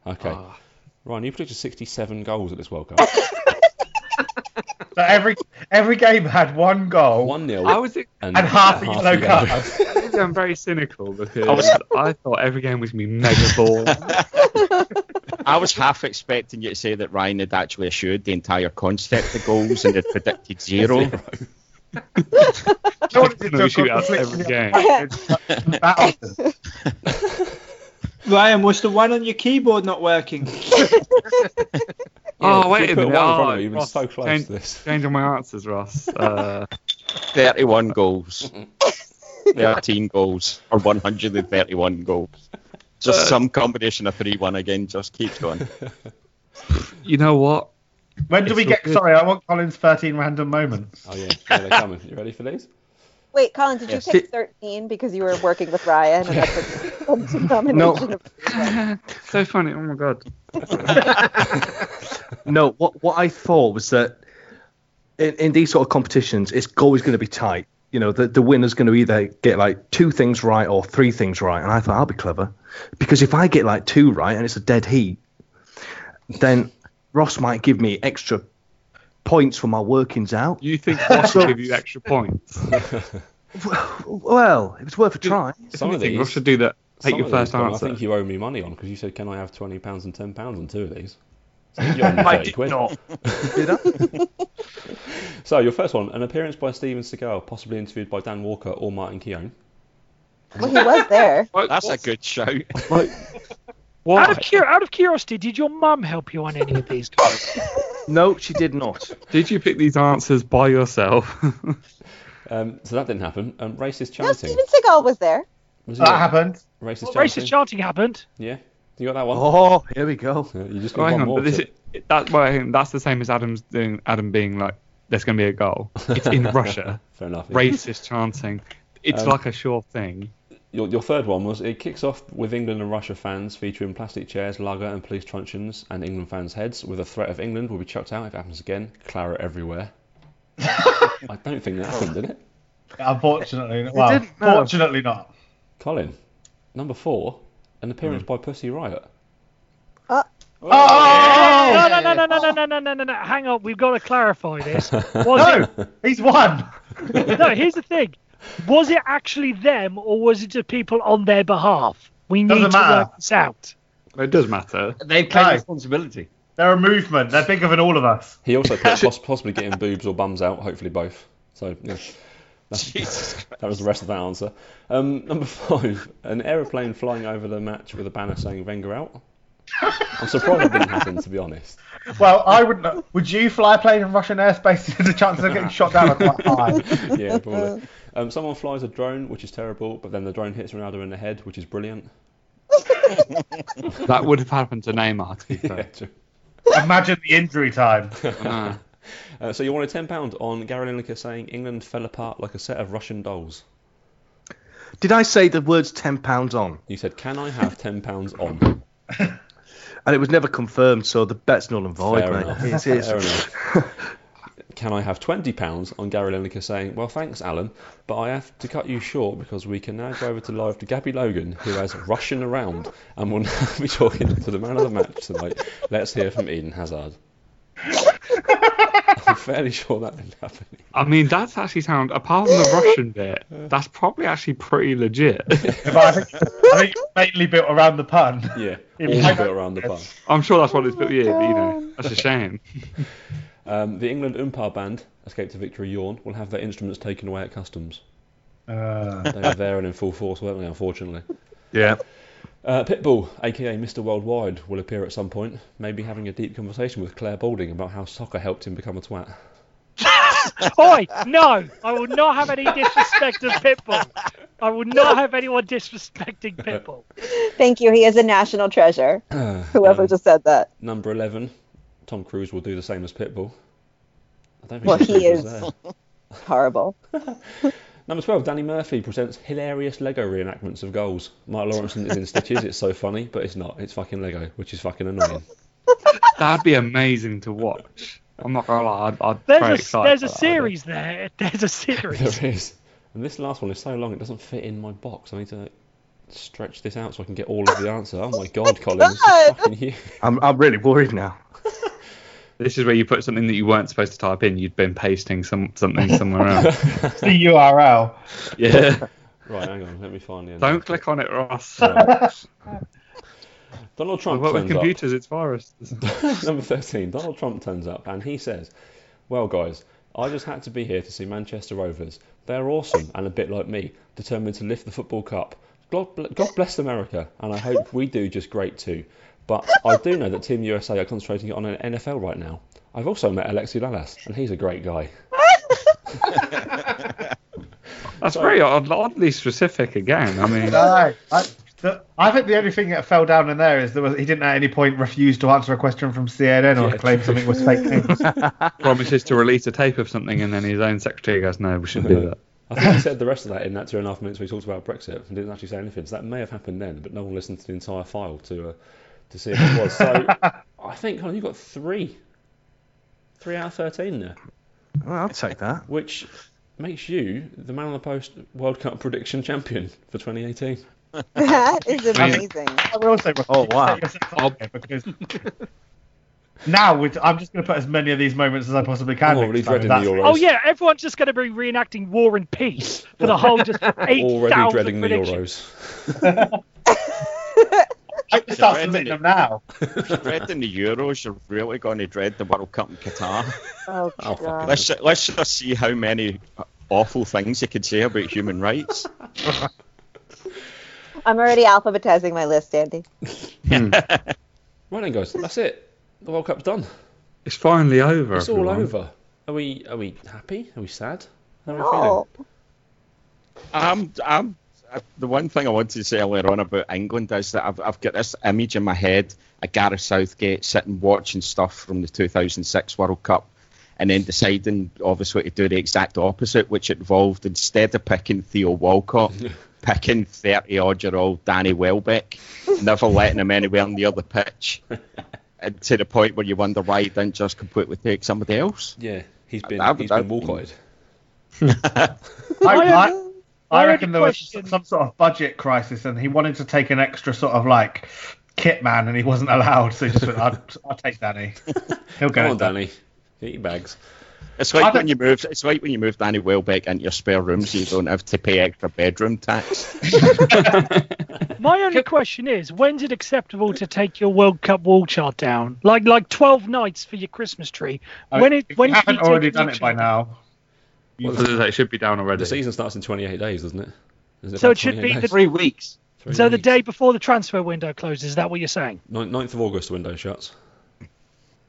Speaker 1: Okay.
Speaker 2: Ah.
Speaker 1: Ryan, you predicted 67 goals at this World
Speaker 3: [LAUGHS]
Speaker 1: Cup.
Speaker 3: So every every game had one goal
Speaker 1: 1 0.
Speaker 2: I was
Speaker 3: and half a yellow card.
Speaker 2: I'm um, very cynical because I, was, I thought every game was going to be mega
Speaker 1: [LAUGHS]
Speaker 2: boring.
Speaker 8: I was half expecting you to say that Ryan had actually assured the entire concept of goals and had predicted zero.
Speaker 2: No shootouts
Speaker 9: [LAUGHS]
Speaker 2: every game.
Speaker 1: [LAUGHS]
Speaker 9: Ryan, was the one on your keyboard not
Speaker 1: [LAUGHS]
Speaker 9: working?
Speaker 2: Oh, wait
Speaker 1: You
Speaker 2: a minute.
Speaker 1: put one in front
Speaker 2: Oh,
Speaker 1: of me. You've been
Speaker 2: Ross,
Speaker 1: so close
Speaker 2: change-
Speaker 1: to this.
Speaker 2: Changing my answers,
Speaker 1: [LAUGHS]
Speaker 2: Ross. [LAUGHS] Uh, [LAUGHS]
Speaker 8: 31 goals, 13 goals, or 131 goals.
Speaker 2: Uh,
Speaker 8: Just some combination of 3 1 again just keeps going.
Speaker 2: you know what?
Speaker 3: When do we
Speaker 2: It's
Speaker 3: get?
Speaker 2: all good.
Speaker 3: Sorry, I want Colin's thirteen random moments.
Speaker 1: Oh yeah, yeah,
Speaker 3: [LAUGHS]
Speaker 1: they're coming. You ready
Speaker 2: [LAUGHS]
Speaker 1: for these?
Speaker 4: Wait, Colin, did you
Speaker 8: Yes.
Speaker 4: pick 13 because you were working with Ryan? And that's a
Speaker 2: [LAUGHS]
Speaker 4: [LAUGHS] combination
Speaker 2: No.
Speaker 4: of-
Speaker 2: so funny. Oh my god.
Speaker 7: No, what what I thought was that in, in these sort of competitions, it's always going to be tight. You know, the, the winner's going to either get like two things right or three things right. And I thought I'll be clever because if I get like two right and it's a dead heat, then Ross might give me extra points for my workings out.
Speaker 2: You think Ross will give you extra points?
Speaker 7: [LAUGHS] Well, it was worth a try.
Speaker 1: Some
Speaker 2: you
Speaker 1: of
Speaker 2: think
Speaker 1: these.
Speaker 2: Ross should do that? Take
Speaker 1: some
Speaker 2: your
Speaker 1: of these,
Speaker 2: first
Speaker 1: Dom,
Speaker 2: answer.
Speaker 1: I think you owe me money on because you said, "Can I have twenty pounds and ten pounds on two of these?" So I think you owe me 30 quid. [LAUGHS]
Speaker 7: Did I?
Speaker 1: So your first one, an appearance by Steven Seagal, possibly interviewed by Dan Walker or Martin Keown.
Speaker 4: [LAUGHS] well, he was
Speaker 7: [LAUGHS]
Speaker 4: there.
Speaker 8: That's a
Speaker 1: [LAUGHS]
Speaker 8: good shout.
Speaker 2: Like,
Speaker 5: Out of,
Speaker 2: what?
Speaker 5: cur- out of curiosity, did your mum help you on any of these? Guys?
Speaker 7: [LAUGHS] No, she did not.
Speaker 2: Did you pick these answers by yourself?
Speaker 1: [LAUGHS] Um, so that didn't happen. Um, racist
Speaker 4: No,
Speaker 1: chanting.
Speaker 4: Steven Seagal was there.
Speaker 1: Was it
Speaker 3: That happened.
Speaker 1: racist
Speaker 5: Well,
Speaker 1: chanting?
Speaker 5: racist chanting happened.
Speaker 1: yeah, you got that [LAUGHS] one.
Speaker 7: Oh, here we go.
Speaker 1: Uh, You just
Speaker 2: Oh,
Speaker 1: got
Speaker 2: hang
Speaker 1: one
Speaker 2: on,
Speaker 1: more.
Speaker 2: but this
Speaker 1: to-
Speaker 2: is, that, well, hang on, that's the same as Adam's doing. Adam being like, "There's going to be a goal." It's
Speaker 1: [LAUGHS]
Speaker 2: in Russia.
Speaker 1: Fair enough. yeah.
Speaker 2: Racist chanting. It's
Speaker 1: Um,
Speaker 2: like a sure thing.
Speaker 1: Your, your third one was it kicks off with England and Russia fans featuring plastic chairs, lager, and police truncheons, and England fans' heads with a threat of England will be chucked out if it happens again. Clara
Speaker 3: [LAUGHS]
Speaker 1: everywhere. I don't think that happened, did it?
Speaker 3: Unfortunately, well,
Speaker 7: didn't, no.
Speaker 1: uh,
Speaker 3: fortunately not.
Speaker 1: Colin, number four, an appearance by Pussy Riot.
Speaker 5: Oh.
Speaker 3: Oh!
Speaker 5: No, no, no, no, no, no, no, no, no, no, no. Hang on, we've got to clarify
Speaker 3: [LAUGHS]
Speaker 5: this. Was
Speaker 3: No, he's won.
Speaker 5: it, [LAUGHS] no, here's the thing. Was it actually them, or was it the people on their behalf? We need
Speaker 3: Doesn't
Speaker 5: to
Speaker 3: matter.
Speaker 5: work this out.
Speaker 2: It does matter.
Speaker 6: They've claimed
Speaker 3: Hi.
Speaker 6: responsibility.
Speaker 3: They're a movement. They're bigger than all of us.
Speaker 1: He also
Speaker 3: [LAUGHS]
Speaker 1: put poss- possibly getting boobs or bums out, hopefully both. So yeah,
Speaker 8: Jesus
Speaker 1: that was the rest of that answer. Um, number five, an aeroplane flying over the match with a banner saying Wenger out. I'm surprised it didn't happen, to be honest.
Speaker 3: Well, I wouldn't. Would you fly a plane in Russian airspace? [LAUGHS] the chances of getting shot down are
Speaker 1: [LAUGHS]
Speaker 3: quite high.
Speaker 1: yeah, probably. Um, someone flies a drone, which is terrible, but then the drone hits Ronaldo in the head, which is brilliant.
Speaker 2: That would have happened to Neymar.
Speaker 1: [LAUGHS]
Speaker 2: To be fair.
Speaker 3: Imagine the injury time.
Speaker 2: I know.
Speaker 1: [LAUGHS] Uh, so you wanted ten pound on Gary Lineker saying England fell apart like a set of Russian dolls.
Speaker 7: Did I say the words ten pounds on?
Speaker 1: You said, "Can I have ten pounds on?"
Speaker 7: [LAUGHS] And it was never confirmed, so the bet's null and void,
Speaker 1: Fair
Speaker 7: mate.
Speaker 1: enough.
Speaker 7: It's- it's-
Speaker 1: Fair enough.
Speaker 7: [LAUGHS]
Speaker 1: Can I have twenty pounds on Gary Lineker saying, "Well, thanks, Alan, but I have to cut you short because we can now go over to live to Gabby Logan, who has Russian around, and will [LAUGHS] now be talking to the man of the match tonight. Let's hear from Eden Hazard." [LAUGHS] I'm fairly sure that didn't happen.
Speaker 2: I mean, that's actually sound. Apart from the Russian bit, that's probably actually pretty
Speaker 1: [LAUGHS]
Speaker 2: legit.
Speaker 3: But I think, I think it's mainly built around the pun.
Speaker 1: Yeah, all
Speaker 3: [LAUGHS] If you-
Speaker 1: a bit around the bar.
Speaker 2: I'm sure that's what it's built yeah, but you know, that's a shame.
Speaker 1: [LAUGHS] Um, the England Umpire Band, Escape to Victory Yawn, will have their instruments taken away at customs.
Speaker 3: Uh,
Speaker 1: They were there and in full force, weren't they, unfortunately?
Speaker 7: Yeah.
Speaker 1: Uh, Pitbull, aka Mr. Worldwide, will appear at some point, maybe having a deep conversation with Claire Balding about how soccer helped him become a twat.
Speaker 5: Oi, no, I will not have any disrespect of Pitbull. I will not have anyone disrespecting Pitbull.
Speaker 4: Thank you. He is a national treasure. Whoever
Speaker 1: Um,
Speaker 4: just said
Speaker 2: [LAUGHS]
Speaker 4: that.
Speaker 1: Number 11, Tom Cruise will do the same as Pitbull. I don't think
Speaker 4: Well,
Speaker 1: Tom
Speaker 4: he
Speaker 1: Cruise was
Speaker 4: is.
Speaker 1: there.
Speaker 4: [LAUGHS] Horrible.
Speaker 1: [LAUGHS] Number 12, Danny Murphy presents hilarious Lego reenactments of goals. Mike Lawrenson is in stitches, it's so funny, but it's not. It's fucking Lego, which is fucking annoying.
Speaker 2: [LAUGHS] That'd be amazing to watch. I'm not gonna lie, I'd, I'd be very
Speaker 5: There's a,
Speaker 2: excited
Speaker 5: there's
Speaker 2: for
Speaker 5: a
Speaker 2: that idea.
Speaker 5: series there. There's a series.
Speaker 1: There is. And this last one is so long it doesn't fit in my box. I need to stretch this out so I can get all of the answer. Oh my god,
Speaker 4: [LAUGHS]
Speaker 1: Colin, this is
Speaker 4: God.
Speaker 1: fucking huge.
Speaker 7: I'm, I'm really worried now.
Speaker 2: This is where you put something that you weren't supposed to type in. You'd been pasting some something somewhere
Speaker 1: [LAUGHS]
Speaker 2: else.
Speaker 3: it's the URL.
Speaker 2: yeah.
Speaker 1: Right, hang on, let me find the end.
Speaker 2: Don't click on it,
Speaker 1: [LAUGHS]
Speaker 2: Ross.
Speaker 1: Donald
Speaker 2: I
Speaker 1: Trump
Speaker 2: work with
Speaker 1: turns up. [LAUGHS]
Speaker 2: computers. It's viruses.
Speaker 1: Number 13. Donald Trump turns up and he says, Well, guys, I just had to be here to see Manchester Rovers. They're awesome and a bit like me, determined to lift the football cup. God, bl- God bless America, and I hope we do just great too. But I do know that Team USA are concentrating on an NFL right now. I've also met Alexi Lalas, and he's a great guy.
Speaker 2: [LAUGHS] That's very odd, oddly specific again. I mean,
Speaker 1: [LAUGHS]
Speaker 3: No, I, the, I think the only thing that fell down in there is there was he didn't at any point refuse to answer a question from CNN or
Speaker 1: Yeah,
Speaker 3: claim
Speaker 1: true.
Speaker 3: something was fake news.
Speaker 2: promises to release a tape of something, and then his own secretary goes, "No, we shouldn't do that."
Speaker 1: I think he said the rest of that in that two and a half minutes we talked about Brexit and didn't actually say anything. So that may have happened then, but no one listened to the entire file to uh, to see if it
Speaker 3: [LAUGHS]
Speaker 1: was. So I think Colin, [LAUGHS] you've got three, three out of thirteen there,
Speaker 7: Well, I'll take that.
Speaker 1: which makes you the man on the post World Cup prediction champion for 2018.
Speaker 4: That is amazing.
Speaker 3: I will say,
Speaker 7: Oh, wow.
Speaker 3: because [LAUGHS] now with, I'm just going to put as many of these moments as I possibly can.
Speaker 1: I'm already
Speaker 3: next time,
Speaker 1: dreading the
Speaker 3: that's-
Speaker 1: Euros.
Speaker 5: Oh yeah, everyone's just going to be reenacting War and Peace for the whole
Speaker 3: [LAUGHS]
Speaker 5: just eight
Speaker 1: [LAUGHS] Already dreading
Speaker 5: thousand
Speaker 1: the
Speaker 5: predictions.
Speaker 1: Euros.
Speaker 3: I can start submitting them now.
Speaker 8: Dreading the Euros, you're really going to dread the World Cup in Qatar.
Speaker 4: Oh,
Speaker 1: Oh, fucking
Speaker 4: God.
Speaker 8: Let's, ju- let's just see how many awful things you could say about human
Speaker 2: [LAUGHS]
Speaker 8: rights.
Speaker 4: I'm already alphabetizing my list, Andy.
Speaker 1: [LAUGHS]
Speaker 2: Hmm.
Speaker 1: right then, guys, that's it. The World Cup's done.
Speaker 2: It's finally over.
Speaker 1: It's all
Speaker 2: everyone.
Speaker 1: over. Are we? Are we happy? Are we sad? How are we
Speaker 4: Oh,
Speaker 8: I'm, I'm, uh, the one thing I wanted to say earlier on about England is that I've, I've got this image in my head of Gareth Southgate sitting watching stuff from the 2006 World Cup and then deciding, obviously, to do the exact opposite, which involved instead of picking
Speaker 1: [LAUGHS]
Speaker 8: Theo Walcott, picking 30 odd year old Danny Welbeck, never letting him anywhere near
Speaker 1: [LAUGHS]
Speaker 8: the pitch. And to the point where you wonder why he didn't just completely take somebody else.
Speaker 1: feeling? Yeah, he's been
Speaker 8: I've-
Speaker 1: he's been
Speaker 8: I've been-
Speaker 1: walkotted.
Speaker 3: I,
Speaker 5: I
Speaker 3: I, I
Speaker 5: I had
Speaker 3: reckon
Speaker 5: a
Speaker 3: there was
Speaker 5: question.
Speaker 3: some sort of budget crisis, and he wanted to take an extra sort of like kit man, and he wasn't allowed, so he just went, I'll, I'll take
Speaker 1: [LAUGHS]
Speaker 3: Danny. He'll go.
Speaker 1: Come on, Danny. Get your bags.
Speaker 8: It's
Speaker 3: I
Speaker 8: like
Speaker 3: don't-
Speaker 8: when you move. It's like when you move Danny Welbeck into your spare room, so you don't have to pay extra bedroom tax.
Speaker 5: [LAUGHS] My only question is, when's it acceptable to take your World Cup wall chart down? Like like twelve nights for your Christmas tree.
Speaker 3: I mean,
Speaker 5: when it
Speaker 3: if
Speaker 5: when
Speaker 3: Uh, you
Speaker 5: should
Speaker 3: haven't
Speaker 5: take
Speaker 3: already
Speaker 5: the
Speaker 3: done
Speaker 5: wall
Speaker 3: it by
Speaker 5: chart
Speaker 3: now.
Speaker 2: Well, this is- it should be down already.
Speaker 1: The season starts in 28 days, doesn't it? Isn't
Speaker 5: So
Speaker 1: about
Speaker 5: it should
Speaker 1: 28
Speaker 5: be
Speaker 1: days?
Speaker 5: the-
Speaker 6: Three weeks.
Speaker 1: Three
Speaker 5: So the
Speaker 1: weeks.
Speaker 5: day before the transfer window closes, is that what you're saying?
Speaker 1: Nin- 9th of August, the window shuts.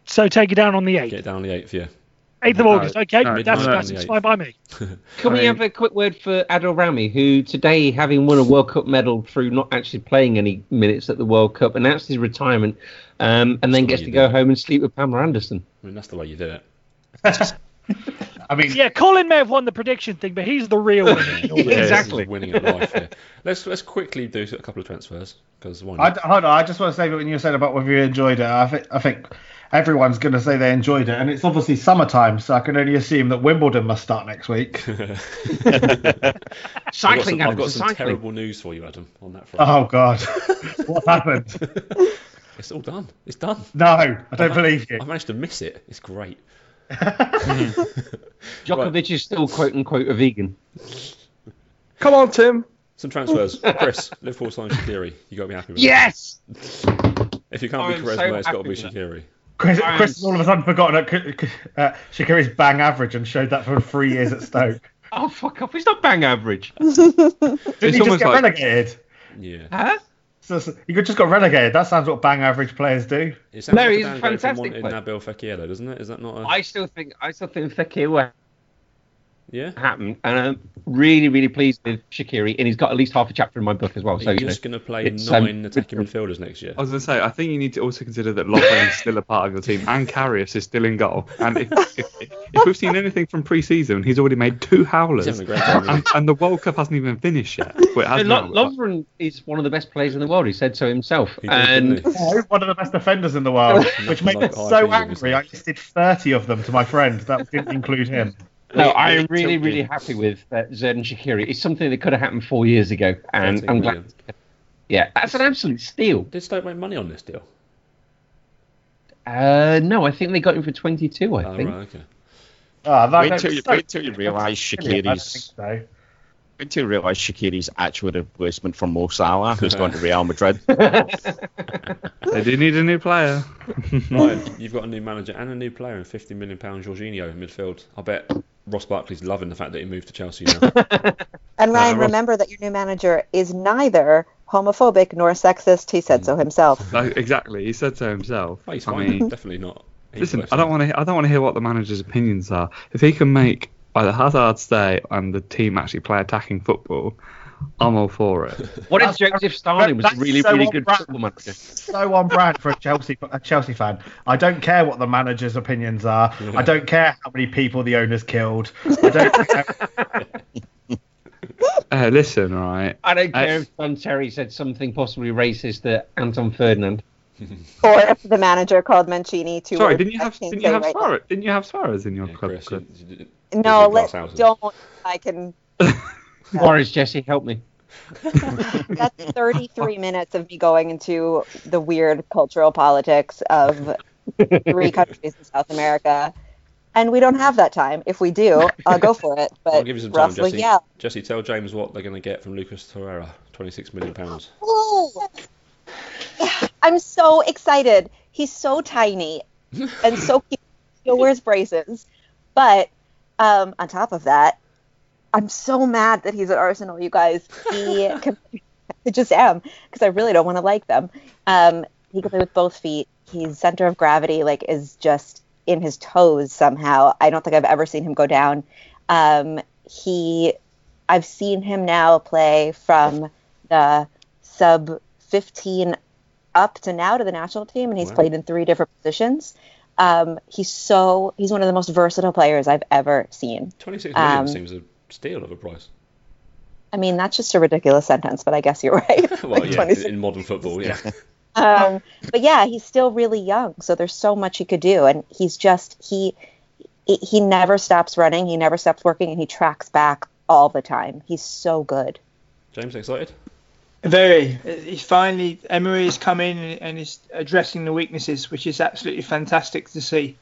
Speaker 5: So take it down on the
Speaker 1: Get
Speaker 5: eighth,
Speaker 1: it down on the 8th, yeah. [LAUGHS]
Speaker 5: eighth of
Speaker 2: No,
Speaker 5: August. Okay,
Speaker 2: no,
Speaker 5: that's
Speaker 1: no,
Speaker 5: that's
Speaker 1: no, no.
Speaker 5: it's fine by me.
Speaker 6: Can
Speaker 2: I
Speaker 6: we
Speaker 2: mean-
Speaker 6: have a quick word for Adil Rami, who today, having won a World Cup medal through not actually playing any minutes at the World Cup, announced his retirement um, and then gets
Speaker 1: That's what
Speaker 6: to
Speaker 1: you
Speaker 6: go
Speaker 1: do.
Speaker 6: home and sleep with Pamela Anderson?
Speaker 1: I mean, that's the way you did it.
Speaker 6: [LAUGHS]
Speaker 3: I mean,
Speaker 5: Yeah, Colin may have won the prediction thing, but he's the real winner.
Speaker 1: [LAUGHS] All this is
Speaker 6: Exactly.
Speaker 1: Winning at life, yeah. [LAUGHS] Let's, let's quickly do a couple of transfers, because why
Speaker 3: I,
Speaker 1: not?
Speaker 3: hold on, I just want to say that when you said about whether you enjoyed it, I think I think everyone's going to say they enjoyed it, and it's obviously summertime, so I can only assume that Wimbledon must start next
Speaker 1: [LAUGHS]
Speaker 3: week.
Speaker 1: I've got
Speaker 6: Cycling,
Speaker 1: some,
Speaker 6: Adam,
Speaker 1: I've got some
Speaker 6: cycling.
Speaker 1: terrible news for you, Adam, on that front.
Speaker 3: [LAUGHS] oh God, [LAUGHS] what happened?
Speaker 1: [LAUGHS] It's all done. It's done.
Speaker 3: No, I don't believe you.
Speaker 1: I managed to miss it. It's great. [LAUGHS]
Speaker 6: Djokovic is still quote unquote a vegan.
Speaker 7: Come on, Tim.
Speaker 1: Some transfers. Chris, Liverpool signing Shakiri. you got to be happy with
Speaker 6: Yes!
Speaker 1: that. If you can't be
Speaker 6: I'm
Speaker 1: Quaresma,
Speaker 6: so
Speaker 1: it's got to
Speaker 6: happy
Speaker 1: be
Speaker 6: with that.
Speaker 1: Shakiri.
Speaker 3: Chris,
Speaker 6: I'm
Speaker 3: Chris has all of a sudden forgotten that uh, Shakiri's bang average and showed that for three years at Stoke.
Speaker 6: [LAUGHS] Oh, fuck off. He's not bang average.
Speaker 3: Didn't
Speaker 2: It's
Speaker 3: he just
Speaker 2: almost
Speaker 3: get
Speaker 2: like-
Speaker 3: relegated?
Speaker 1: Yeah.
Speaker 6: Huh?
Speaker 3: So, so, he just got relegated. That sounds what bang average players do.
Speaker 1: It sounds
Speaker 6: No,
Speaker 1: like a
Speaker 6: he's a
Speaker 1: downgrade from
Speaker 6: fantastic player.
Speaker 1: wanting Nabil Fekir, though, doesn't it? Is that not a...
Speaker 6: I still think I still think Fekir will
Speaker 1: Yeah?
Speaker 6: happen, and I'm really, really pleased with Shakiri, and he's got at least half a chapter in my book as well. So
Speaker 1: He's
Speaker 6: you know,
Speaker 1: just going to play
Speaker 6: it's, um,
Speaker 1: nine attacking midfielders next year.
Speaker 2: I was going to say, I think you need to also consider that Lachlan is still a part of your team, and Carrius is still in goal. And if, if, if we've seen anything from pre-season, he's already made two howlers,
Speaker 1: He's having a great time,
Speaker 2: and, and the World Cup hasn't even finished
Speaker 1: [LAUGHS]
Speaker 2: yet. Well, it has
Speaker 6: And Lo-
Speaker 2: now, but-
Speaker 6: Lovren is one of the best players in the world. He said so himself.
Speaker 1: He did,
Speaker 6: and
Speaker 1: didn't he?
Speaker 3: No, one of the best defenders in the world, which made me
Speaker 1: Like
Speaker 3: so
Speaker 1: RP,
Speaker 3: angry. I
Speaker 1: obviously.
Speaker 3: listed 30 of them to my friend. That didn't include him.
Speaker 6: no,
Speaker 8: Wait,
Speaker 6: I am
Speaker 8: wait till
Speaker 6: really,
Speaker 8: the-
Speaker 6: really happy with uh, Zed and Shakiri. It's something that could have happened four years ago, and
Speaker 1: 13
Speaker 6: I'm glad.
Speaker 1: million.
Speaker 6: Yeah, that's an absolute steal.
Speaker 1: Did Stoke make money on this deal?
Speaker 6: Uh, no, I think they got him for 22. I
Speaker 1: Oh,
Speaker 6: think.
Speaker 1: right, okay.
Speaker 3: Ah, that
Speaker 8: Wait
Speaker 3: makes
Speaker 8: till you-
Speaker 3: so
Speaker 8: wait till you realise
Speaker 3: brilliant. I don't
Speaker 8: Shaqiri's-
Speaker 3: think so.
Speaker 8: going to realise Shakiri's actual replacement for Mo Salah, who's gone to Real
Speaker 3: [LAUGHS]
Speaker 8: Madrid.
Speaker 2: They do need a new player.
Speaker 6: [LAUGHS]
Speaker 1: Right, you've got a new manager and a new player and fifty million pound Jorginho in midfield. I bet Ross Barkley's loving the fact that he moved to
Speaker 6: [LAUGHS]
Speaker 1: Chelsea now.
Speaker 4: And Ryan,
Speaker 2: Uh, Rob-
Speaker 4: remember that your new manager is neither homophobic nor sexist. He said
Speaker 2: Hmm.
Speaker 4: so himself.
Speaker 2: Like, exactly. He said so himself.
Speaker 1: Well, he's
Speaker 2: I
Speaker 1: fine.
Speaker 2: mean,
Speaker 1: Definitely not. [LAUGHS] He's
Speaker 2: Listen,
Speaker 1: worse
Speaker 2: I don't
Speaker 1: than-
Speaker 2: want to. I don't want to hear what the manager's opinions are. If he can make either Hazard stay and the team actually play attacking football, I'm all for it.
Speaker 6: What if
Speaker 3: That's-
Speaker 6: Joseph Stalin was
Speaker 3: that's
Speaker 6: [LAUGHS] really,
Speaker 3: so
Speaker 6: really
Speaker 3: on
Speaker 6: good
Speaker 3: brand.
Speaker 6: football manager?
Speaker 3: so on brand for a Chelsea a Chelsea fan. I don't care what the manager's opinions are. I don't care how many people the owners killed. I don't care.
Speaker 2: Uh, listen, right.
Speaker 6: I don't
Speaker 2: I-
Speaker 6: care if Don Terry said something possibly racist to Anton Ferdinand.
Speaker 4: Or if the manager called Mancini to.
Speaker 2: Sorry,
Speaker 4: words
Speaker 2: didn't you
Speaker 4: I
Speaker 2: have
Speaker 4: can't
Speaker 2: didn't
Speaker 4: say
Speaker 2: you have
Speaker 4: right
Speaker 2: Suarez? Didn't you have Suarez in your
Speaker 1: Yeah,
Speaker 2: club?
Speaker 1: Chris,
Speaker 2: club?
Speaker 1: you- you-
Speaker 4: now. No,
Speaker 1: Disney glass
Speaker 4: let's
Speaker 1: houses.
Speaker 4: don't. I can.
Speaker 6: Boris, Jesse, help
Speaker 1: [LAUGHS]
Speaker 6: me.
Speaker 4: That's 33 minutes of me going into the weird cultural politics of three countries in South America. And we don't have that time. If we do, I'll go for it. But
Speaker 1: I'll give you some time,
Speaker 4: roughly,
Speaker 1: Jesse.
Speaker 4: yeah.
Speaker 1: Jesse, tell James what they're going to get from Lucas Torreira, twenty-six million pounds.
Speaker 4: I'm so excited. He's so tiny and so cute. He wears braces. But um, on top of that, I'm so mad that he's at Arsenal, you guys. He can, I just am because I really don't want to like them. Um, he can play with both feet. His center of gravity like is just in his toes somehow. I don't think I've ever seen him go down. Um, he, I've seen him now play from the sub 15 up to now to the national team, and he's
Speaker 1: Wow.
Speaker 4: played in three different positions. Um, he's so he's one of the most versatile players I've ever seen.
Speaker 1: Twenty-six million
Speaker 4: Um,
Speaker 1: seems a steal of a price. [LAUGHS]
Speaker 4: I mean, that's just a ridiculous sentence, but I guess you're [LAUGHS] right.
Speaker 1: Well, yeah,
Speaker 4: 26
Speaker 1: in modern football, yeah. [LAUGHS]
Speaker 4: um, but yeah, he's still really young, so there's so much he could do, and he's just he he- he never stops running, he never stops working, and he tracks back all the time. He's so good.
Speaker 1: James excited?
Speaker 9: Very. He's finally Emery has come in and is addressing the weaknesses, which is absolutely fantastic to see.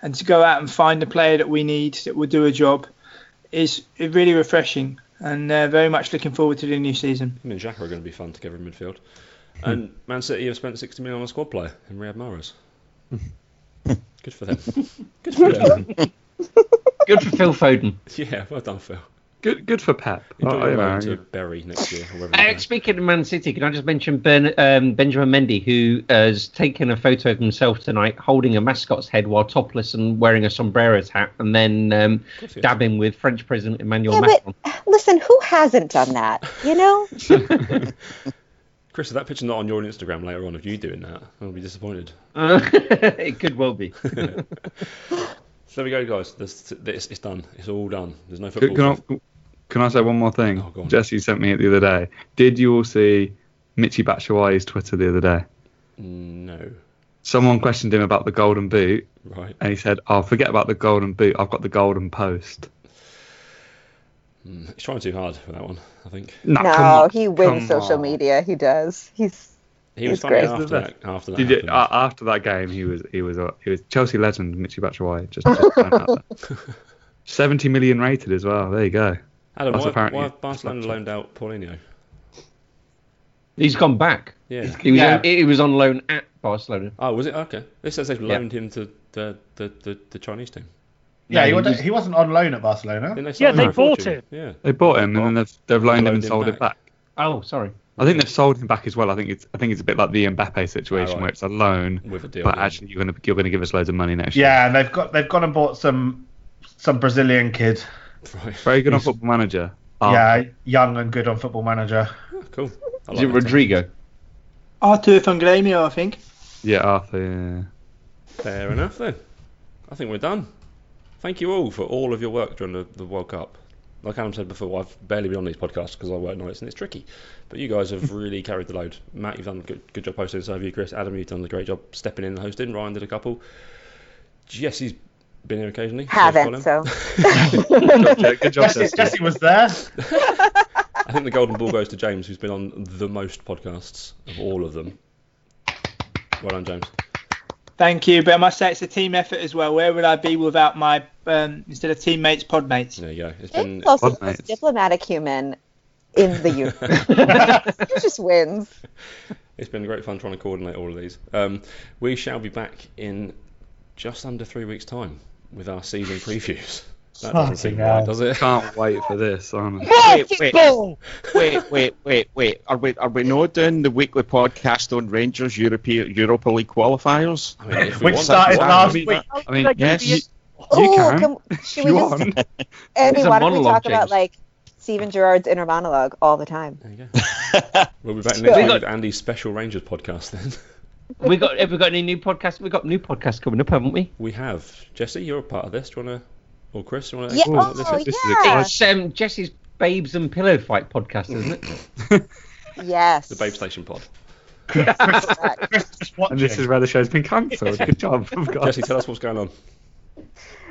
Speaker 9: And to go out and find the player that we need that will do a job is really refreshing. And uh, very much looking forward to the new season.
Speaker 1: Him and Xhaka are going to be fun together in midfield. And Man City have spent 60 million on a squad player in
Speaker 2: [LAUGHS]
Speaker 1: Riyad Mahrez. Good for them. Good for them.
Speaker 6: Good for Phil Foden.
Speaker 1: [LAUGHS] yeah, well done, Phil.
Speaker 2: Good, good for Pep.
Speaker 1: Enjoy
Speaker 2: Oh,
Speaker 1: your
Speaker 2: you know,
Speaker 1: loan to Bury next year. or
Speaker 2: [LAUGHS]
Speaker 1: wherever they
Speaker 6: Uh,
Speaker 1: go.
Speaker 6: speaking of Man City, can I just mention ben, um, Benjamin Mendy, who has taken a photo of himself tonight holding a mascot's head while topless and wearing a sombrero's hat, and then um,
Speaker 1: Of course he is.
Speaker 6: dabbing with French President Emmanuel
Speaker 4: Yeah, but-
Speaker 6: Macron.
Speaker 4: Listen, who hasn't done that? You
Speaker 1: [LAUGHS]
Speaker 4: know,
Speaker 1: Chris, is that picture not on your Instagram later on of you doing that? I'll be disappointed.
Speaker 6: Uh, [LAUGHS] it could well be.
Speaker 1: [LAUGHS] So there we go, guys. This, this, it's done. It's all done. There's no
Speaker 2: Can,
Speaker 1: football.
Speaker 2: can I, can I say one more thing?
Speaker 1: Oh, go on.
Speaker 2: Jesse sent me it the other day. Did you all see Michi Batshuayi's Twitter the other day?
Speaker 1: No.
Speaker 2: Someone questioned him about the golden boot,
Speaker 1: Right.
Speaker 2: and he said, "Oh, forget about the golden boot. I've got the golden post."
Speaker 1: Mm, He's trying too hard for that one, I think.
Speaker 2: Nah, come
Speaker 4: no,
Speaker 2: on,
Speaker 4: he wins
Speaker 2: come
Speaker 4: social
Speaker 2: on.
Speaker 4: media. He does. He's
Speaker 1: He was
Speaker 4: It's
Speaker 1: funny
Speaker 4: great.
Speaker 1: after that, after that.
Speaker 2: Did you,
Speaker 1: happened.
Speaker 2: uh, after that game, he was he was uh, he was Chelsea legend Michi Batshuayi. Just, just throwing that there.
Speaker 1: [LAUGHS]
Speaker 2: seventy million rated as well. There you go.
Speaker 1: Adam,
Speaker 2: that's
Speaker 1: why,
Speaker 2: apparently-
Speaker 1: why have Barcelona loaned out Paulinho?
Speaker 6: He's gone back.
Speaker 1: Yeah.
Speaker 6: He was,
Speaker 3: Yeah.
Speaker 6: on, he was on loan at Barcelona.
Speaker 1: Oh, was it? Okay. This says they've
Speaker 6: Yeah.
Speaker 1: loaned him to the, the, the, the Chinese team.
Speaker 3: [LAUGHS] Yeah, he,
Speaker 6: No, he
Speaker 3: wasn't,
Speaker 6: was-
Speaker 3: he wasn't on loan at Barcelona.
Speaker 1: Didn't they
Speaker 5: Yeah,
Speaker 1: sign him
Speaker 5: they
Speaker 1: for a
Speaker 5: bought
Speaker 1: fortune?
Speaker 5: him.
Speaker 1: Yeah.
Speaker 2: They bought him and then they've they've loaned him
Speaker 1: Loaned
Speaker 2: and
Speaker 1: him
Speaker 2: sold it
Speaker 1: back.
Speaker 2: back.
Speaker 6: Oh, sorry.
Speaker 2: I think they've sold him back as well. I think it's I think it's a bit like the Mbappe situation
Speaker 1: Alright.
Speaker 2: where it's a loan,
Speaker 1: With a deal,
Speaker 2: but
Speaker 1: yeah.
Speaker 2: actually you're gonna you're gonna give us loads of money next year.
Speaker 3: Yeah, and they've got they've gone and bought some some Brazilian kid.
Speaker 1: Right.
Speaker 2: Very good on Football Manager. Oh,
Speaker 3: Yeah, young and good on Football Manager.
Speaker 1: Cool. I
Speaker 6: Is
Speaker 1: like
Speaker 6: it
Speaker 1: that.
Speaker 6: Rodrigo?
Speaker 9: Artur van Grêmio, I think.
Speaker 2: Yeah, Arthur.
Speaker 1: Fair enough then. I think we're done. Thank you all for all of your work during the, the World Cup. Like Adam said before, I've barely been on these podcasts because I work nights and it's tricky. But you guys have [LAUGHS] really carried the load. Matt, you've done a good, good job hosting. So have you, Chris. Adam, you've done a great job stepping in and hosting. Ryan did a couple. Jesse's been here occasionally. so I've got
Speaker 3: [LAUGHS]
Speaker 4: haven't.
Speaker 1: him.
Speaker 4: So
Speaker 1: [LAUGHS]
Speaker 2: Yeah. [LAUGHS] Good, job,
Speaker 3: Jesse,
Speaker 2: Jesse.
Speaker 3: Jesse was there.
Speaker 1: I think the golden ball goes to James, who's been on the most podcasts of all of them. Well done, James.
Speaker 9: Thank you, but I must say it's a team effort as well. Where would I be without my um, instead of teammates, podmates?
Speaker 1: There you go. It's been
Speaker 4: Jake's also the
Speaker 2: Podmates.
Speaker 4: most diplomatic human in the universe. [LAUGHS] he just wins.
Speaker 1: it's been great fun trying to coordinate all of these. Um, we shall be back in just under three weeks' time with
Speaker 2: [LAUGHS]
Speaker 1: our season previews. That doesn't seem
Speaker 3: Fucking
Speaker 1: right,
Speaker 3: hell.
Speaker 1: does it?
Speaker 2: Can't wait for this, honestly.
Speaker 8: Wait, wait, wait, wait, wait, wait. Are we are we not doing the weekly podcast on Rangers European Europa League qualifiers?
Speaker 1: I mean, if we
Speaker 3: Which
Speaker 1: want-
Speaker 3: started
Speaker 1: Wow.
Speaker 3: last
Speaker 1: We-
Speaker 3: week.
Speaker 2: I mean,
Speaker 5: Like,
Speaker 8: yes.
Speaker 5: you-
Speaker 2: you
Speaker 4: Ooh,
Speaker 2: can.
Speaker 4: Oh, should
Speaker 2: you
Speaker 4: we just,
Speaker 2: on.
Speaker 4: Andy,
Speaker 6: It's a
Speaker 4: why don't we
Speaker 6: monologue,
Speaker 4: talk about
Speaker 6: James.
Speaker 4: like Steven Gerrard's inner monologue all the time?
Speaker 1: There you go. We'll be back next
Speaker 4: We
Speaker 1: week
Speaker 6: got-
Speaker 1: with Andy's special Rangers
Speaker 2: [LAUGHS]
Speaker 1: podcast then.
Speaker 6: [LAUGHS] we got have we got any new podcasts? We got new podcasts coming up, haven't we?
Speaker 1: We have. Jesse, you're a part of this. Do you want to. Or Chris, you want to.
Speaker 4: Yeah.
Speaker 1: what
Speaker 4: oh,
Speaker 1: this is?
Speaker 2: this is
Speaker 4: yeah.
Speaker 6: It's um, Jesse's Babes and Pillow Fight podcast, isn't it?
Speaker 1: [LAUGHS]
Speaker 4: Yes.
Speaker 1: The Babe Station pod.
Speaker 2: [LAUGHS]
Speaker 3: Just watching.
Speaker 2: And this is where the show's been cancelled. Good job. I've got-
Speaker 1: Jesse, tell us what's going on. [LAUGHS]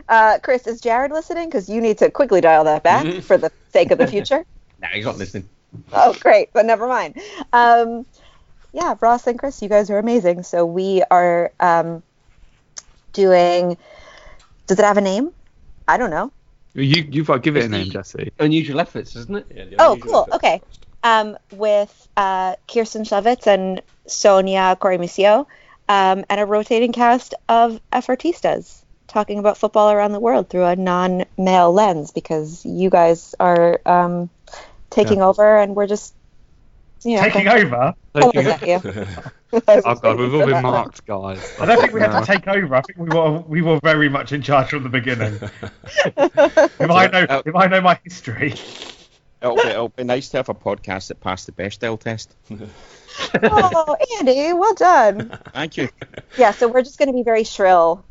Speaker 4: Uh, Chris, is Jared listening? Because you need to quickly dial that back
Speaker 6: Mm-hmm.
Speaker 4: for the sake of the
Speaker 6: [LAUGHS]
Speaker 4: future.
Speaker 6: no, he's not listening.
Speaker 4: oh, great. But never mind. Um, yeah, Ross and Chris, you guys are amazing. So we are um, doing. Does it have a name? I don't know.
Speaker 2: You, you've got to give it a name, Jesse.
Speaker 6: Unusual efforts, isn't it?
Speaker 1: Yeah, the
Speaker 4: Oh,
Speaker 1: unusual
Speaker 4: cool.
Speaker 1: effort.
Speaker 4: Okay. Um, with uh, Kirsten Shovitz and Sonia Corimicio, um, and a rotating cast of Effortistas talking about football around the world through a non male lens because you guys are um, taking over and we're just, you know,
Speaker 3: Taking over?
Speaker 4: I was at you.
Speaker 2: [LAUGHS] Oh, God, we've all been marked, guys.
Speaker 3: I don't think we had to take over. I think we were we were very much in charge from the beginning. if I know if I know my history,
Speaker 8: [LAUGHS] It'll be, it'll be nice to have a podcast that passed the Bechdel test.
Speaker 4: [LAUGHS] oh, Andy, well
Speaker 3: [LAUGHS]
Speaker 4: done.
Speaker 8: Thank you.
Speaker 4: Yeah, so we're just going to be very shrill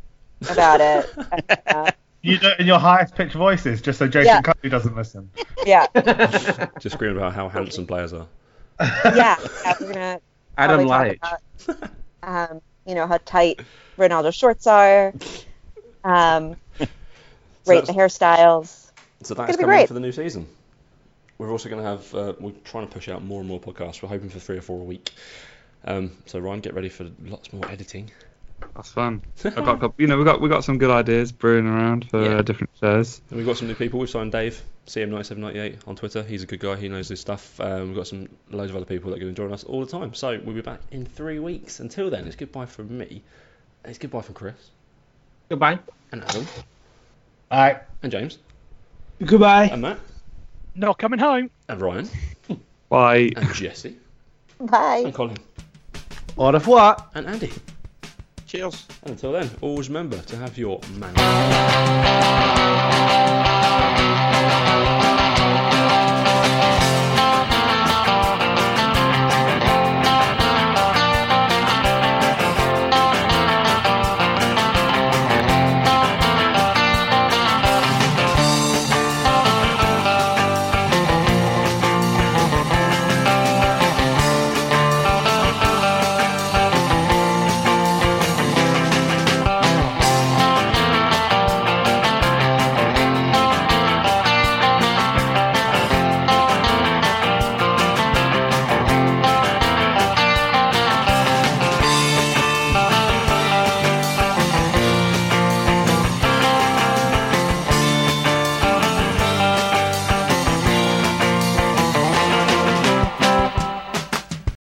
Speaker 4: about it. And, uh,
Speaker 3: you do it in your highest pitched voices, just so Jason
Speaker 4: Yeah.
Speaker 3: Cutley doesn't listen. [LAUGHS]
Speaker 4: yeah,
Speaker 1: Just screaming about how handsome players are.
Speaker 4: yeah, yeah, we're gonna probably
Speaker 6: Adam Lyle.
Speaker 4: talk about, um, you know how tight Ronaldo's shorts are. Um, rate the hairstyles.
Speaker 1: So
Speaker 4: Gonna
Speaker 1: that's
Speaker 4: be
Speaker 1: coming
Speaker 4: great.
Speaker 1: for the new season. We're also going to have, uh, we're trying to push out more and more podcasts. We're hoping for three or four a week. Um, so, Ryan, get ready for lots more editing.
Speaker 2: That's
Speaker 1: [LAUGHS]
Speaker 2: fun. I've got, a couple- you know, we got we got some good ideas brewing around for
Speaker 1: Yeah.
Speaker 2: uh different shows.
Speaker 1: And we've got some new people. We've signed Dave, CM9798 on Twitter. He's a good guy. He knows his stuff. Um, we've got some loads of other people that are going to join us all the time. So, we'll be back in three weeks. Until then, it's goodbye from me. It's goodbye from Chris
Speaker 6: Goodbye.
Speaker 1: and Adam
Speaker 3: All right.
Speaker 1: and James
Speaker 9: Goodbye.
Speaker 1: and Matt
Speaker 5: Not coming home.
Speaker 1: and Ryan
Speaker 2: Bye.
Speaker 1: and Jesse
Speaker 4: Bye.
Speaker 1: and Colin
Speaker 7: Au revoir.
Speaker 1: and Andy.
Speaker 8: Cheers.
Speaker 1: And until then, always remember to have your man.